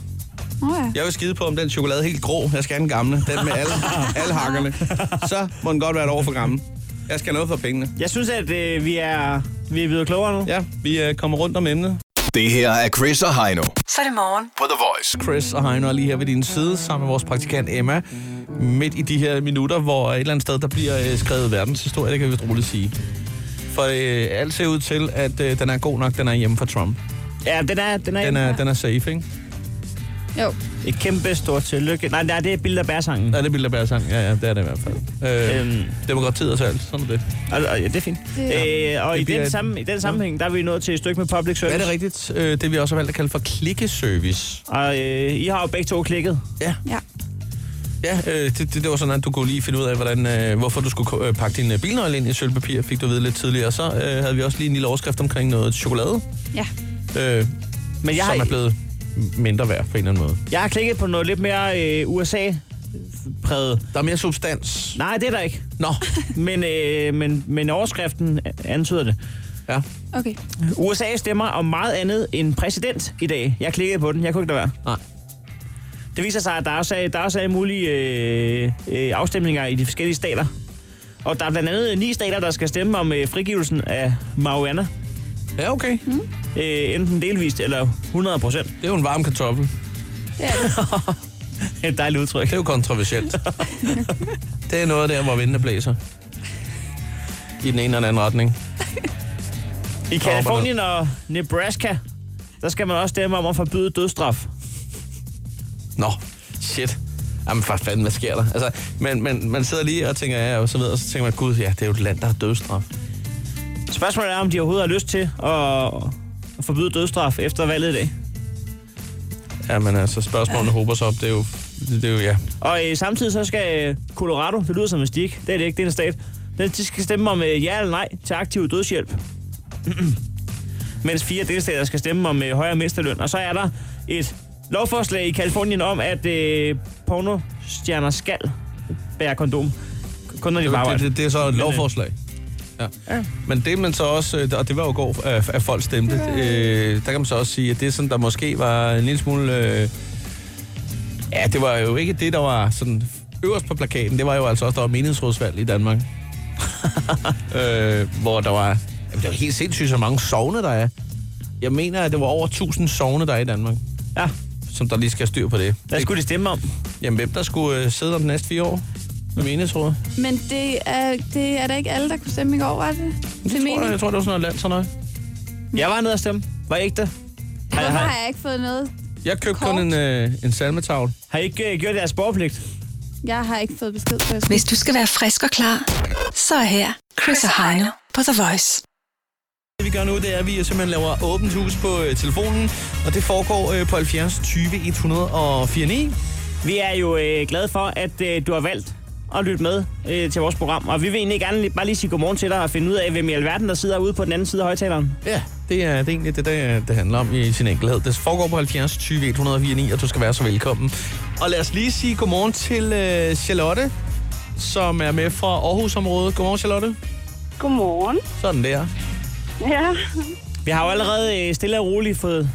Nå ja.
Jeg vil skide på, om den chokolade er helt grå. Jeg skal have den gamle. Den med
<laughs>
alle, alle hakkerne. Så må den godt være et år for gammel. Jeg skal have noget for pengene.
Jeg synes, at øh, vi, er, vi er blevet klogere nu.
Ja, vi øh, kommer rundt om emnet.
Det her er Chris og Heino
Så er det morgen.
på The Voice.
Chris og Heino er lige her ved din side, sammen med vores praktikant Emma. Midt i de her minutter, hvor et eller andet sted, der bliver øh, skrevet verdenshistorie, det kan vi vist roligt sige. For øh, alt ser ud til, at øh, den er god nok, den er hjemme for Trump.
Ja, den er, den er,
Den er, den er safe, ikke?
Jo.
et kæmpe stort tillykke. Nej, nej, det er et billede af bærsangen.
Ja, det bilder bare sang. Ja, ja, det er det i hvert fald. Øh, øhm.
Øhm.
Demokratiet og så alt. Sådan er det.
Og, og, ja, det er fint.
Det-
Øh, og
Det
i
bliver
den,
et-
samme, i den sammenhæng, der er vi nået til et stykke med public
Ja,
service.
det er rigtigt. Øh, det vi også har valgt at kalde for klikkeservice.
Og øh, I har jo begge to klikket.
Ja,
Ja.
Ja, øh, det, det, det var sådan, at du kunne lige finde ud af, hvordan, øh, hvorfor du skulle øh, pakke din øh, bilnøgle ind i sølvpapir, fik du at vide lidt tidligere. Så øh, havde vi også lige en lille overskrift omkring noget chokolade,
Ja.
øh,
Men jeg,
som er
har,
blevet mindre værd på en eller anden måde.
jeg har klikket på noget lidt mere øh, USA-præget.
Der er mere substans.
Nej, det er der ikke.
<laughs> Nå,
Men, øh, men, men overskriften antyder det.
ja.
Okay.
USA stemmer om meget andet end præsident i dag. Jeg klikkede på den, jeg kunne ikke lade være.
Nej.
Det viser sig, at der også er, der også er mulige øh, øh, afstemninger i de forskellige stater. Og der er blandt andet ni stater, der skal stemme om øh, frigivelsen af marijuana.
Ja, okay.
Øh, enten delvist eller 100 procent.
Det er jo en varm kartoffel.
Ja,
Et dejligt udtryk.
Det er jo <laughs> kontroversielt. det er noget der, hvor vindene blæser. I den ene eller den anden retning.
I Kalifornien og Nebraska, der skal man også stemme om at forbyde dødsstraf.
Nå, shit. Jamen for fanden, hvad sker der? Altså, men, men, man sidder lige og tænker, ja, og så videre, og så tænker man, gud, ja, det er jo et land, der har dødsstraf.
Spørgsmålet er, om de overhovedet har lyst til at at forbyde dødsstraf efter valget i dag.
Ja, men altså, spørgsmålene hober sig op. Det er jo, det er jo ja.
Og øh, samtidig så skal øh, Colorado, det lyder som en stik, det er det ikke, det er en stat, den, de skal stemme om øh, ja eller nej til aktiv dødshjælp. <clears throat> Mens fire delstater skal stemme om øh, højere mindsteløn. Og så er der et lovforslag i Kalifornien om, at øh, pornostjerner skal bære kondom. Kun når de bare
Det, det, det er så et lovforslag. Ja. Men det man så også, øh, og det var jo i går, at at folk stemte, øh, der kan man så også sige, at det sådan, der måske var en lille smule... Øh, ja, det var jo ikke det, der var sådan øverst på plakaten. Det var jo altså også, der var meningsrådsvalg i Danmark. <laughs> øh, hvor der var... Jamen, det var helt sindssygt, så mange sovne der er. Jeg mener, at det var over 1000 sovne, der er i Danmark,
Ja,
som der lige skal have styr på det.
hvad skulle de stemme om?
Jamen, hvem der skulle øh, sidde om de næste fire år? Med meningsrådet?
men det er, det er da ikke alle, der kunne stemme i går, var det? Til
Tror jeg,
mening.
jeg tror, det var sådan noget land, sådan noget.
Jeg var nede og stemme. Var I ikke det? Har,
Hvorfor
har,
har jeg ikke fået noget?
Jeg købte
Kort.
kun en, øh, en salmetavl.
har I ikke øh, gjort jeres borgerpligt?
Jeg har ikke fået besked på, at jeg skulle.
Hvis du skal være frisk og klar, så er her Chris og Heino på The Voice.
Det vi gør nu, det er, at vi simpelthen laver åbent hus på øh, telefonen, og det foregår øh, på 70 20 104 9.
Vi er jo øh, glade for, at øh, du har valgt at lytte med øh, til vores program. Og vi vil egentlig gerne lige, bare lige sige godmorgen til dig og finde ud af, hvem i alverden, der sidder ude på den anden side af højtaleren.
Ja, det er, det er egentlig det, der, det handler om i sin enkelhed. Det foregår på 70 20 104 9, og du skal være så velkommen. Og lad os lige sige godmorgen til øh, Charlotte, som er med fra Aarhusområdet. Godmorgen, Charlotte.
Godmorgen.
Sådan der.
Ja,
Vi har jo allerede øh, stille og roligt fået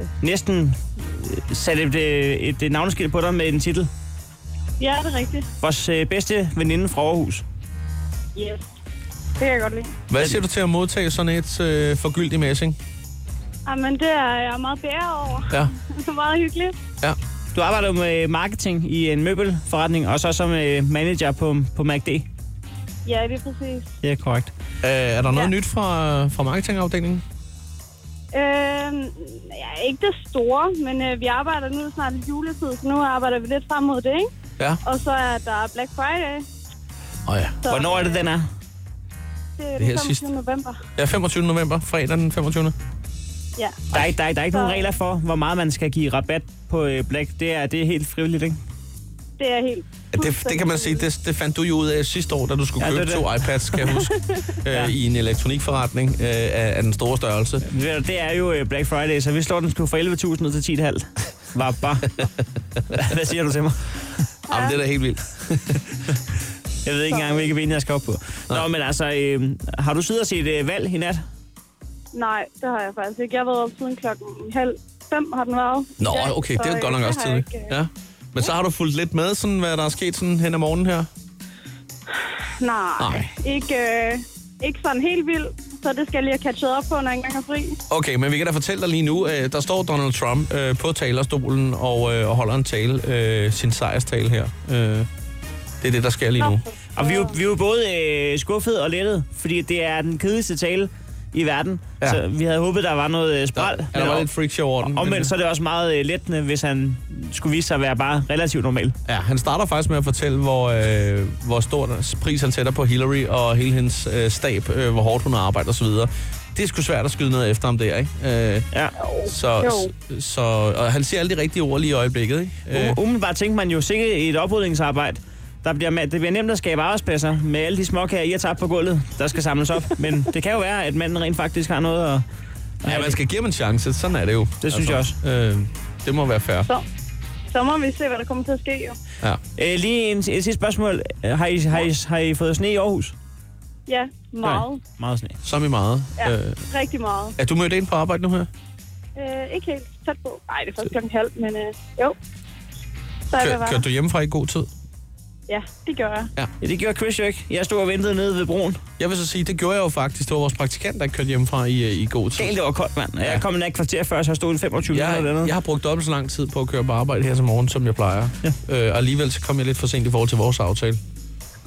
ja, næsten øh, sat et, øh, et, et navneskilt på dig med en titel.
ja det er rigtigt.
Vores øh, bedste veninde fra Aarhus.
Yes. Det kan jeg godt lide.
Hvad siger du til at modtage sådan et øh, forgyldt i messing?
Jamen, det er jeg meget bære over.
Ja,
Det er meget hyggeligt.
ja.
Du arbejder jo med marketing i en møbelforretning, og så som øh, manager på, på MACD.
Ja, det er præcis.
Ja, korrekt.
Øh, er der noget
Ja.
nyt fra, fra marketingafdelingen?
Øhm, ja, ikke det store, men øh, vi arbejder nu snart i juletid, så nu arbejder vi lidt frem mod det, ikke?
Ja.
Og så er der Black Friday.
Oh, ja.
Så,
Hvornår er det, den er?
Det er
Det her
den 25.
sidst.
november.
Ja, 25. november, fredag den 25.
Ja.
Der er, ikke- der, er, der er ikke nogen regler for, hvor meget man skal give rabat på øh, Black. Det er, det er helt frivilligt, ikke?
Det er helt...
Ja, det, det kan man sige, det, det fandt du jo ud af sidste år, da du skulle
Ja,
ja,
det
købe
er
to iPads, kan jeg <laughs> huske, øh, i en elektronikforretning øh, af, af den store størrelse.
Ved du, Det er jo øh, Black Friday, så vi slår den sgu fra 11.000 ned til 10.500. Var
<laughs>
bare. Hvad siger du til mig?
Jamen, det er da helt vildt.
Jeg ved ikke engang, hvilke ben jeg skal op på. Nå, men altså, øh, har du siddet og set øh, valg i nat?
Nej, det har jeg faktisk ikke. Jeg har været op siden klokken halv fem, har den været.
Nå, okay, det
Så,
er
øh,
godt nok
det
også
har jeg
tidligt.
ikke, øh,
Ja. Men så har du fulgt lidt med, sådan, hvad der er sket sådan hen ad morgenen her?
Nej,
Nej.
Nej. Ikke, øh, ikke sådan helt vildt, så det skal jeg lige have catchet op på, når jeg engang er fri.
Okay, men vi kan da fortælle dig lige nu, øh, der står Donald Trump øh, på talerstolen og, øh, og holder en tale, øh, sin sejrstale her. Øh, det er det, der sker lige nu.
Og vi er jo, vi er jo både øh, skuffet og lettet, fordi det er den kedeligste tale i verden. Ja.
Ja.
Så vi havde håbet, der var noget øh, spræl.
Ja, der var lidt freakshow over den. men-
Omvendt så er det også meget øh, lettende, hvis han skulle vise sig at være bare relativt normal.
Ja, han starter faktisk med at fortælle, hvor, øh, hvor stor pris han sætter på Hillary og hele hendes øh, stab, øh, hvor hårdt hun arbejder osv. Det er sgu svært at skyde noget efter ham der, ikke? Øh,
Ja.
så, så, så, og han siger alle de rigtige ord lige i øjeblikket, ikke? Øh,
Um, umiddelbart tænkte man jo sikkert i et oprydningsarbejde, der bliver, ma- det bliver nemt at skabe arbejdspladser med alle de småkager, I har tabt på gulvet, der skal samles
<laughs>
op. Men det kan jo være, at manden rent faktisk har noget at...
ja, man skal give ham en chance, sådan er det jo.
Det synes
jeg også. Øh, det må være fair.
Så, så må vi se, hvad der kommer til at ske. Jo.
Ja.
Øh, lige en, et sidste spørgsmål. Øh, Har I, har, I, har I fået sne i Aarhus?
Ja, meget.
Nej, meget sne.
Som i meget.
Ja,
Øh,
rigtig meget.
er du mødt ind på arbejde nu her?
Øh, ikke helt tæt på. Nej, det er først klokken halv, men øh, jo. Så er det
Kør,
bare.
kørte du hjemmefra i god tid?
Ja, det gør jeg.
Ja, det gjorde Chris jo ikke. Jeg stod og ventede nede ved broen.
Jeg vil så sige, det gjorde jeg jo faktisk. Det var vores praktikant, der kørte hjemmefra i, øh, i god tid.
Galt, det var koldt, mand. Og Jeg kom en kvarter før, så jeg stod i 25 minutter
Jeg,
eller noget.
jeg har brugt dobbelt så lang tid på at køre på arbejde her til morgen, som jeg plejer. Ja. Øh, og alligevel så kom jeg lidt for sent i forhold til vores aftale.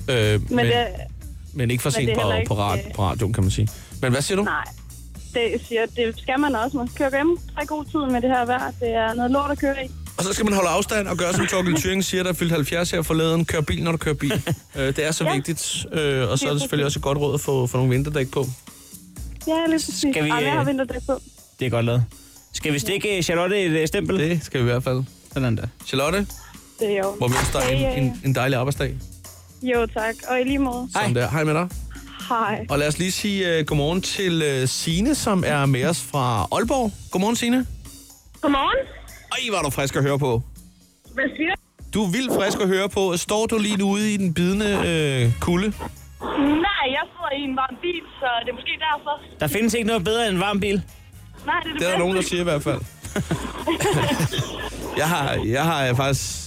Øh, men,
Men
men,
det,
men ikke for
men det
sent
er
på,
heller
på,
ikke,
rad,
øh,
på radioen, kan man sige. Men hvad siger du?
nej. Det, siger, det skal man også. Man kører hjemme. Der er god tid med det her vejr. Det er noget lort at køre i.
Og så skal man holde afstand og gøre, som Torkel Thuring siger, der er fyldt 70 her forleden. Kør bil, når du kører bil.
<laughs>
øh, det er så ja.
Ja.
vigtigt. Øh, og så er det selvfølgelig også et godt råd at få, få nogle vinterdæk på.
Ja, lige præcis.
Skal vi,
Ej, jeg har
øh,
vinterdæk på.
Det er godt lavet. Skal vi stikke øh, Charlotte et øh, stempel?
Det skal vi i hvert fald.
Sådan der.
Charlotte,
Det er jo.
må vi ønske dig
Ja, ja,
en,
ja.
en, en dejlig arbejdsdag.
øh. Jo, tak. Og i lige måde.
Som der. Hej med dig.
Hej.
Og lad os lige sige uh, godmorgen til uh, Sine, som er med os fra Aalborg. Godmorgen, Sine.
Godmorgen.
Ej, var du frisk at høre på.
Hvad siger du?
Du er vildt frisk at høre på. Står du lige nu ude i den bidende øh, kulde?
Nej, jeg sidder i en varm bil, så det er måske derfor.
Der findes ikke noget bedre end en varm bil.
Nej, det
Det er
er det,
der
bedste.
nogen, der siger i hvert fald.
<laughs>
jeg har, jeg har øh, faktisk...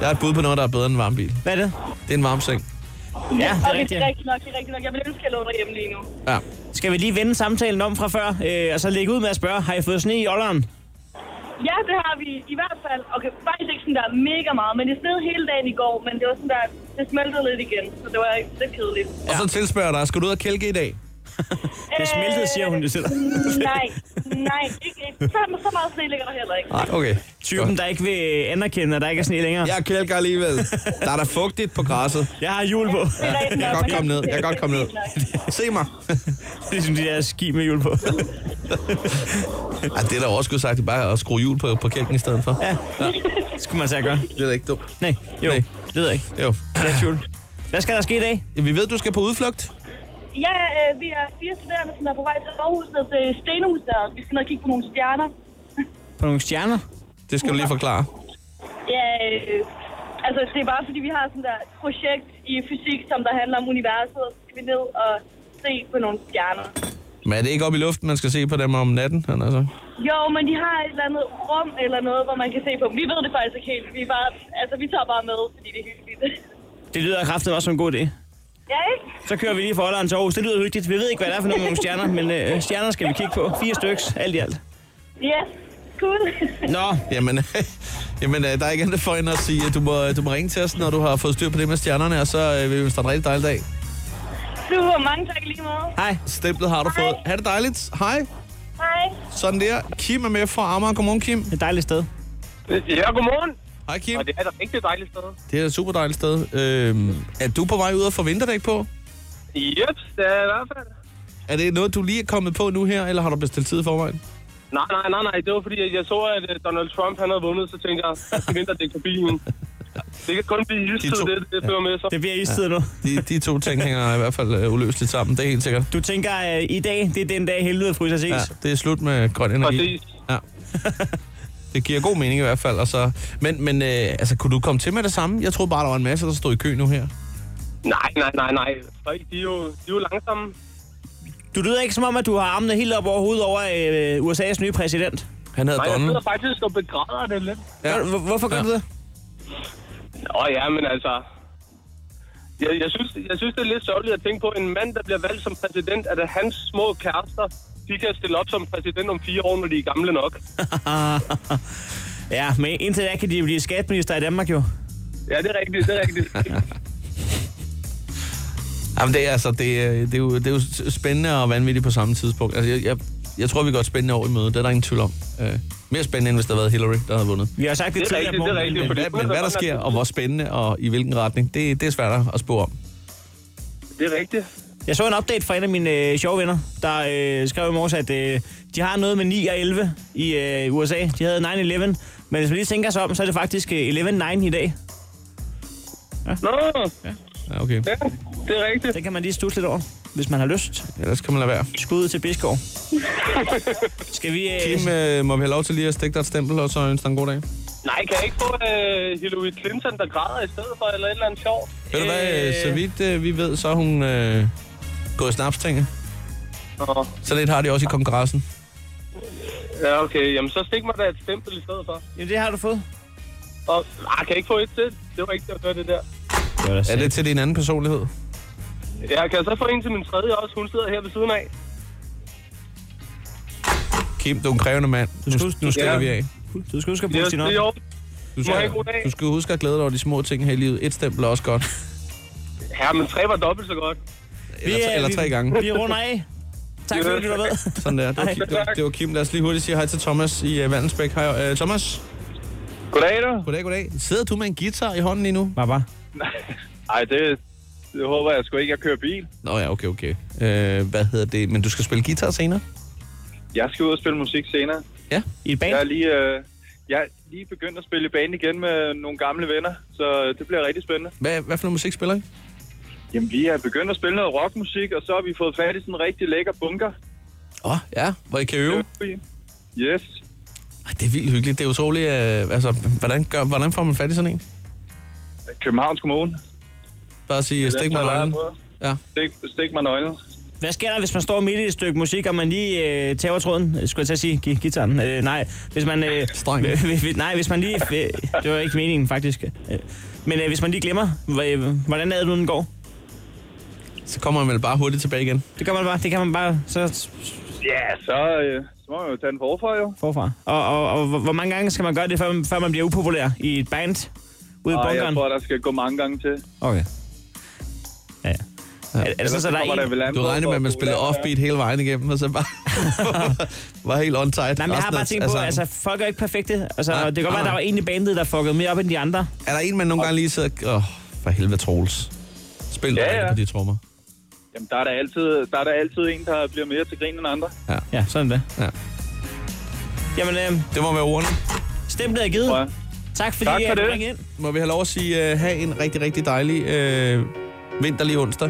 Jeg har et bud på noget, der er bedre end en varm bil.
Hvad er det?
Det er en varm seng.
Ja, det
Og
er
det
rigtigt.
er rigtigt nok, det er rigtigt nok. Jeg vil ønske, at jeg lå derhjemme lige nu.
Ja.
Skal vi lige vende samtalen om fra før, øh, og så lægge ud med at spørge, har I fået sne i olderen?
Ja, det har vi i hvert fald. Okay, faktisk ikke sådan der mega meget, men det sned hele dagen i går, men det var sådan der, det smeltede lidt igen, så det var lidt kedeligt.
Og så tilspørger jeg dig, skal du ud og kælke i dag?
Det
Øh.
smeltede, siger hun jo selv.
nej, nej, ikke, ikke. Så, så meget sne ligger der heller ikke.
Nej, okay.
Typen, der ikke vil anerkende, at der ikke er sne længere.
Jeg kælker alligevel. Der er da fugtigt på græsset.
Jeg har hjul på.
Det er rigtigt
Jeg kan
nok,
godt
men-
komme ned. Jeg kan godt komme ned. Se mig.
Det er sådan de der ski med hjul på.
Ej, det er da også skulle sagt, det er bare at skrue hjul på, på kælken i stedet for. Ja.
Det skulle man så gøre.
Det er da ikke dumt.
Nej, jo,
Nej.
det ved jeg ikke.
Jo.
Det er tvivl. Hvad skal der ske i dag?
Vi ved, du skal på udflugt.
<laughs> Ja, øh, vi er fire studerende, som er på vej til Aarhus ned til Stenhuset, og vi skal ned og kigge på nogle stjerner.
På nogle stjerner?
Det skal du lige forklare.
Ja, øh, altså det er bare fordi, vi har sådan der projekt i fysik, som der handler om universet, og så skal vi ned og se på nogle stjerner.
Men er det ikke oppe i luften, man skal se på dem om natten? Han altså?
Jo, men de har et eller andet rum øh, eller noget, hvor man kan se på dem. Vi ved det faktisk ikke helt. Vi, er bare, altså, vi tager bare med, fordi det er hyggeligt.
Det lyder kraftigt også som en god idé.
ja, ikke?
Så kører vi lige for olderen til Aarhus. Det lyder hyggeligt. Vi ved ikke, hvad det er for nogle nogle stjerner, men øh, stjerner skal vi kigge på. Fire styks, alt i alt.
Yes, cool.
Nå,
Jamen, <laughs> jamen, øh, der er ikke andet for end at sige, at du må, du må ringe til os, når du har fået styr på det med stjernerne, og så øh, vil vi starte en rigtig dejlig dag.
Super, mange tak i lige måde.
hej.
Stemplet har du fået. Ha' det dejligt. Hej.
Hej.
Hej.
Sådan der. Kim er med fra Amager. Godmorgen, Kim.
Et dejligt sted.
Ja, godmorgen.
Hej, Kim.
Og det er da rigtig dejligt sted.
Det er et super dejligt sted. Øhm, er du på vej ud og få vinterdæk på?
Jep, det er i hvert fald.
Er det noget, du lige er kommet på nu her, eller har du bestilt tid i forvejen?
Nej, nej, nej, nej. Det var fordi, at jeg så, at øh, Donald Trump han havde vundet, så tænkte jeg, jeg skal vinterdække på bilen. Det kan kun blive
De
istid,
to-
det, det fører med sig.
Det bliver istid nu.
De, de to ting hænger i hvert fald øh, uløseligt sammen, det er helt sikkert.
Du tænker, at i dag, det er den dag, helvede fryser ses.
Ja, det er slut med grøn energi. Ja. Det giver god mening i hvert fald. Og så, men men øh, altså, kunne du komme til med det samme? Jeg troede bare, der var en masse, der stod i kø nu her.
Nej, nej, nej, nej. Folk, de er jo, de er jo langsomme.
Du lyder ikke som om, at du har armene helt op over hovedet over øh, USA's nye præsident.
Han
Nej, jeg sidder faktisk og begræder det lidt.
Ja.
Hvorfor gør ja. du det?
Nå ja, men altså... Jeg, jeg, synes, jeg synes, det er lidt sørgeligt at tænke på, at en mand, der bliver valgt som præsident, at hans små kærester, de kan stille op som præsident om fire år, når de er gamle nok.
ja, men indtil da kan de blive skatminister i Danmark jo.
Ja, det er rigtigt, det er rigtigt.
Jamen, det er, altså, det, er- det, er jo, det er jo spændende og vanvittigt på samme tidspunkt. Altså, jeg, jeg, jeg tror, vi går et spændende år i møde. Det er der ingen tvivl om. Øh, mere spændende, end hvis der havde været Hillary, der havde vundet.
Vi har sagt det,
Det er
tidligere
rigtigt,
på
det er
morgenen,
rigtigt,
men-
fordi-
Hvad, men hvad der sker, og hvor spændende, og i hvilken retning, det, det er svært at spå om.
Det er rigtigt.
Jeg så en update fra en af mine øh, sjove venner, der øh, skrev i morges, at øh, de har noget med 9 og 11 i øh, USA. De havde 9-11, men hvis man lige tænker sig om, så er det faktisk øh, 11-9 i dag.
Nå,
Ja, okay.
ja, det er rigtigt.
Det kan man lige stusse lidt over, hvis man har lyst.
Ellers kan man lade være.
Skud til
<laughs>
Biskov. Skal vi... Øh,
Kim, øh, må vi have lov til lige at stikke dig et stempel, og så ønske dig en god dag?
Nej, kan jeg ikke få øh, Hillary Clinton, der græder i stedet for, eller et eller andet sjovt?
Ved du hvad, øh, så vidt øh, vi ved, så er hun øh, gået i snapstinget.
Nå,
Så lidt har de også i kongressen.
ja, okay. Jamen, så stik mig da et stempel i stedet for.
Jamen, det har du fået.
Og, ah, kan jeg ikke få et til? Det var ikke, der gør det der.
Er det til din anden personlighed?
Ja, kan jeg så få en til min tredje også? Hun sidder her ved siden af.
Kim, du er en krævende mand. Nu, nu skal
Ja.
vi af.
Du skal huske at
Ja,
putte din op.
det er jo. Må
Du
jeg
skal,
have en god dag?
du skal huske at glæde dig over de små ting her i livet. Et stempel er også godt.
Ja, men tre var dobbelt så godt.
Eller,
er-
eller tre gange.
<laughs> Vi runder af. Tak fordi du var med.
Sådan der. Det var,
Hej.
Kim, det, var, det var Kim. Lad os lige hurtigt sige hej til Thomas i uh, Vandensbæk. Hej, uh, Thomas.
Goddag, du.
Goddag, goddag. Sidder du med en guitar i hånden lige nu?
Bare, bare.
Ej, det, det håber jeg sgu ikke. Jeg kører bil.
Nå ja, okay, okay. Uh, hvad hedder det? Men du skal spille guitar senere?
Jeg skal ud og spille musik senere.
Ja.
I et band.
Jeg er lige, øh, jeg er lige begyndt at spille i band igen med nogle gamle venner, så det bliver rigtig spændende.
Hvad, hvad for noget musik spiller I?
Jamen, vi er begyndt at spille noget rockmusik, og så har vi fået fat i sådan en rigtig lækker bunker.
Åh, oh, ja. Hvor I kan øve?
Yes.
Ej, det er vildt hyggeligt. Det er utroligt. Uh, altså, hvordan, gør, hvordan får man fat i sådan en?
Københavns Kommune.
Bare sige, stik mig
Der er
nøglen.
på.
Ja.
Stik, stik mig nøglen.
Hvad sker der, hvis man står midt i et stykke musik, og man lige øh, tager tråden? Øh, Skulle jeg til at sige gi- gitaren? Øh, nej, hvis man... Øh,
Strengen.
hvis- <laughs> hvis- nej, hvis man lige... Øh, det var ikke meningen, faktisk. Øh, men øh, hvis man lige glemmer, hva- øh, hvordan adlyden går,
Så kommer man vel bare hurtigt tilbage igen.
det kan man bare, det kan man bare så
Ja, så, øh, så må man jo tage den forfra, jo.
forfra. Og, og, og hvor- hvor mange gange skal man gøre det, før, før man bliver upopulær i et band ude i
Ej, jeg
bunkeren?
tror, der skal gå mange gange til.
Okay. Ja, ja. Er, er det
Ellers
sådan, så der
kommer
er
der
en...
vel an
Du
på,
regner med, at man
hvor
spiller
populær man er.
offbeat hele vejen igennem, og
<laughs>
så bare var helt on tight.
Nej, men jeg har
resten
bare
af-
tænkt
af
på,
sangen.
altså folk er ikke perfekte. Altså,
Nej,
det kan godt
nej,
være, at der var
nej.
en i bandet, der fuckede mere op end de andre.
Er der en, man nogle gange lige sidder og... Åh, for helvede, Troels. Spil
Ja,
ja, ja.
ja.
på de trommer.
Jamen, der er, der, altid, der er der altid en, der bliver mere til grin end andre.
Ja.
Ja, sådan det.
Ja.
Jamen, øh,
Det må være ordene.
stemplet er
Tror
givet.
jeg.
Tak fordi
Tak for
øh, du
det.
ringede ind.
Må vi have lov at sige, uh, have en rigtig, rigtig dejlig uh, vinterlig onsdag.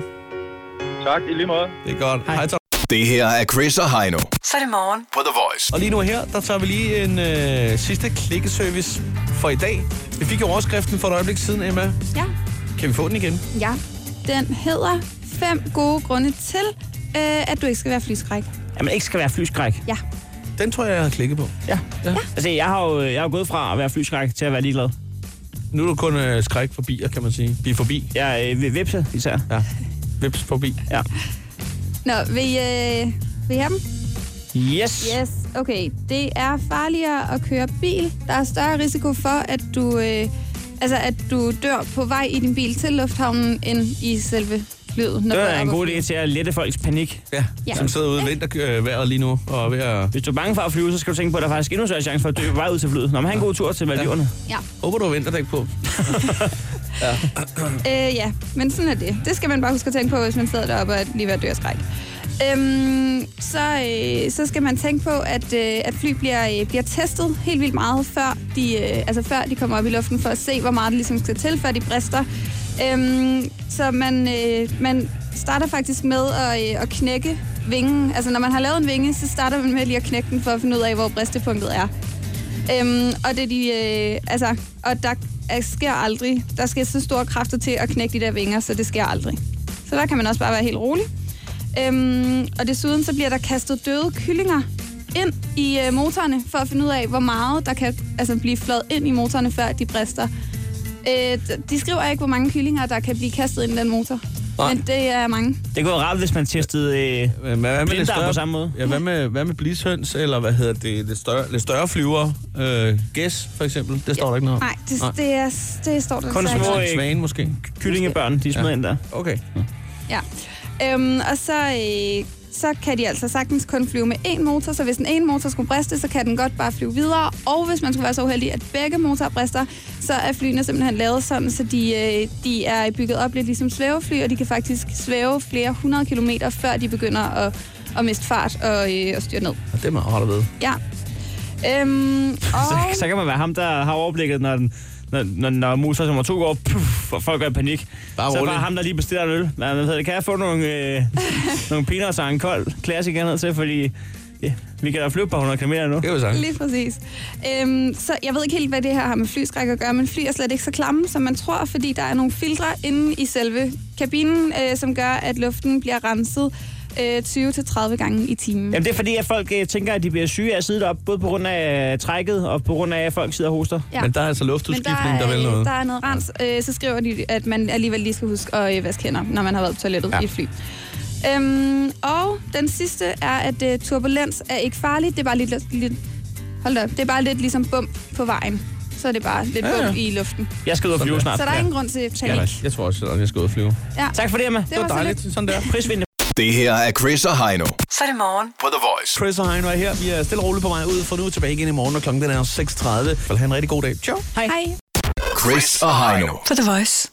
Tak, i lige måde.
Det er godt. Hej,
Hej.
Hej Tom.
Det her er Chris og Heino
Så er det morgen.
på The Voice.
Og lige nu her, der tager vi lige en uh, sidste klikkeservice for i dag. Vi fik jo overskriften for et øjeblik siden, Emma.
Ja.
Kan vi få den igen?
Ja, den hedder fem gode grunde til, øh, at du ikke skal være flyskræk.
At man ikke skal være flyskræk.
Ja.
Den tror jeg, jeg har klikket på.
Ja. ja. Altså, jeg har jo jeg har jo gået fra at være flyskræk til at være ligeglad.
Nu er du kun øh, skræk for bier, kan man sige. Vi er forbi.
Jeg øh, vil vipse især.
Ja. Vips forbi.
Ja.
Nå, vil I, øh, vil I have dem?
Yes.
Yes, okay. Det er farligere at køre bil. Der er større risiko for, at du, øh, altså, at du dør på vej i din bil til lufthavnen, end i selve flyet. Når
Det
folk
er en
op-
god idé til at lette folks panik.
Ja,
Ja.
som sidder ude i vintervejret lige nu. Og er ved at...
Hvis du er bange for at flyve, så skal du tænke på, at der er faktisk endnu større chance for at dø på vej ud til flyet. Nå, men have en god tur til Maldiverne.
Ja.
Håber du har vinterdæk på.
Øh, ja, men sådan er det. Det skal man bare huske at tænke på, hvis man sidder deroppe og er lige ved at dø af skræk. Øhm, så, øh, så skal man tænke på, at, øh, at fly bliver, øh, bliver testet helt vildt meget, før de, øh, altså før de kommer op i luften, for at se, hvor meget det ligesom skal til, før de brister. Øhm, så man, øh, man starter faktisk med at, øh, at knække vingen. Altså når man har lavet en vinge, så starter man med lige at knække den, for at finde ud af, hvor bristepunktet er. Øhm, og det er de, øh, altså, og der er, sker aldrig, der skal så store kræfter til at knække de der vinger, så det sker aldrig. Så der kan man også bare være helt rolig. Øhm, og desuden så bliver der kastet døde kyllinger ind i øh, motorerne, for at finde ud af, hvor meget der kan altså, blive flået ind i motorerne, før de brister. Øh, d- de skriver ikke, hvor mange kyllinger, der kan blive kastet ind i den motor.
Nej.
Men det er mange.
Det kunne være rart, hvis man testede øh,
Men hvad med lidt
blindtarm
større,
på samme måde.
Ja, hvad med, hvad med blishøns, eller hvad hedder det, lidt større, lidt større flyver? Øh, gæs, for eksempel. Det står der ikke noget om.
Nej, det, det, er, det står der
Kun
desværre ikke.
små
En
øh,
Svane måske.
kyllingebørn, de smider
Ja.
ind der.
Okay.
Ja. Øhm, og så, øh, så kan de altså sagtens kun flyve med én motor, så hvis den ene motor skulle briste, så kan den godt bare flyve videre. Og hvis man skulle være så uheldig, at begge motorer brister, så er flyene simpelthen lavet sådan, så de, øh, de er bygget op lidt ligesom svævefly, og de kan faktisk svæve flere hundrede kilometer, før de begynder at, at miste fart og, øh, og styre ned.
Og det er meget rart at vide.
Ja. Øhm, og...
<laughs> Så, så kan man være ham, der har overblikket, når, den, når, når, når motor nummer to går, puff, og folk går i panik.
Bare
så er det
rolig.
bare ham, der lige bestiller en øl. Men, hvad hedder det, kan jeg få nogle, øh, nogle peanuts og en kold klassiker ned til, fordi ja, vi kan da flyve et par hundrede kilometer nu.
Det er jo sagt.
<laughs> Lige præcis. Øhm, så jeg ved ikke helt, hvad det her har med flyskræk at gøre, men fly er slet ikke så klamme, som man tror, fordi der er nogle filtre inde i selve kabinen, øh, som gør, at luften bliver renset øh, 20-30 gange i timen.
Jamen det er fordi, at folk øh, tænker, at de bliver syge af at sidde deroppe, både på grund af øh, trækket og på grund af, at folk sidder og hoster.
Ja.
Men der er altså
men der
luftudskiftning, der,
er,
vil
øh,
noget.
der er noget rens. Øh, så skriver de, at man alligevel lige skal huske at øh, vaske hænder, når man har været på toilettet
Ja.
ja. i et fly. Øhm, og den sidste er, at øh, turbulens er ikke farligt. Det er bare lidt, lidt, hold da op, det er bare lidt ligesom bump på vejen. Så er det bare lidt
Ja, ja.
bump i luften.
Jeg skal ud og flyve snart.
Så der er ingen grund til
Ja,
panik.
jeg tror også, at jeg skal ud og flyve.
Ja.
Tak for det, Emma.
Det var så lidt.
Dejligt, sådan der.
Prisvindende.
Det her er Chris og Heino
Så er det morgen.
på The Voice.
Chris og Heino er her. Vi er stille og roligt på vej ud, for nu er tilbage igen i morgen, og klokken den er 6.30. Vil have en rigtig god dag. Ciao.
Hej.
Chris og Heino.
På The Voice.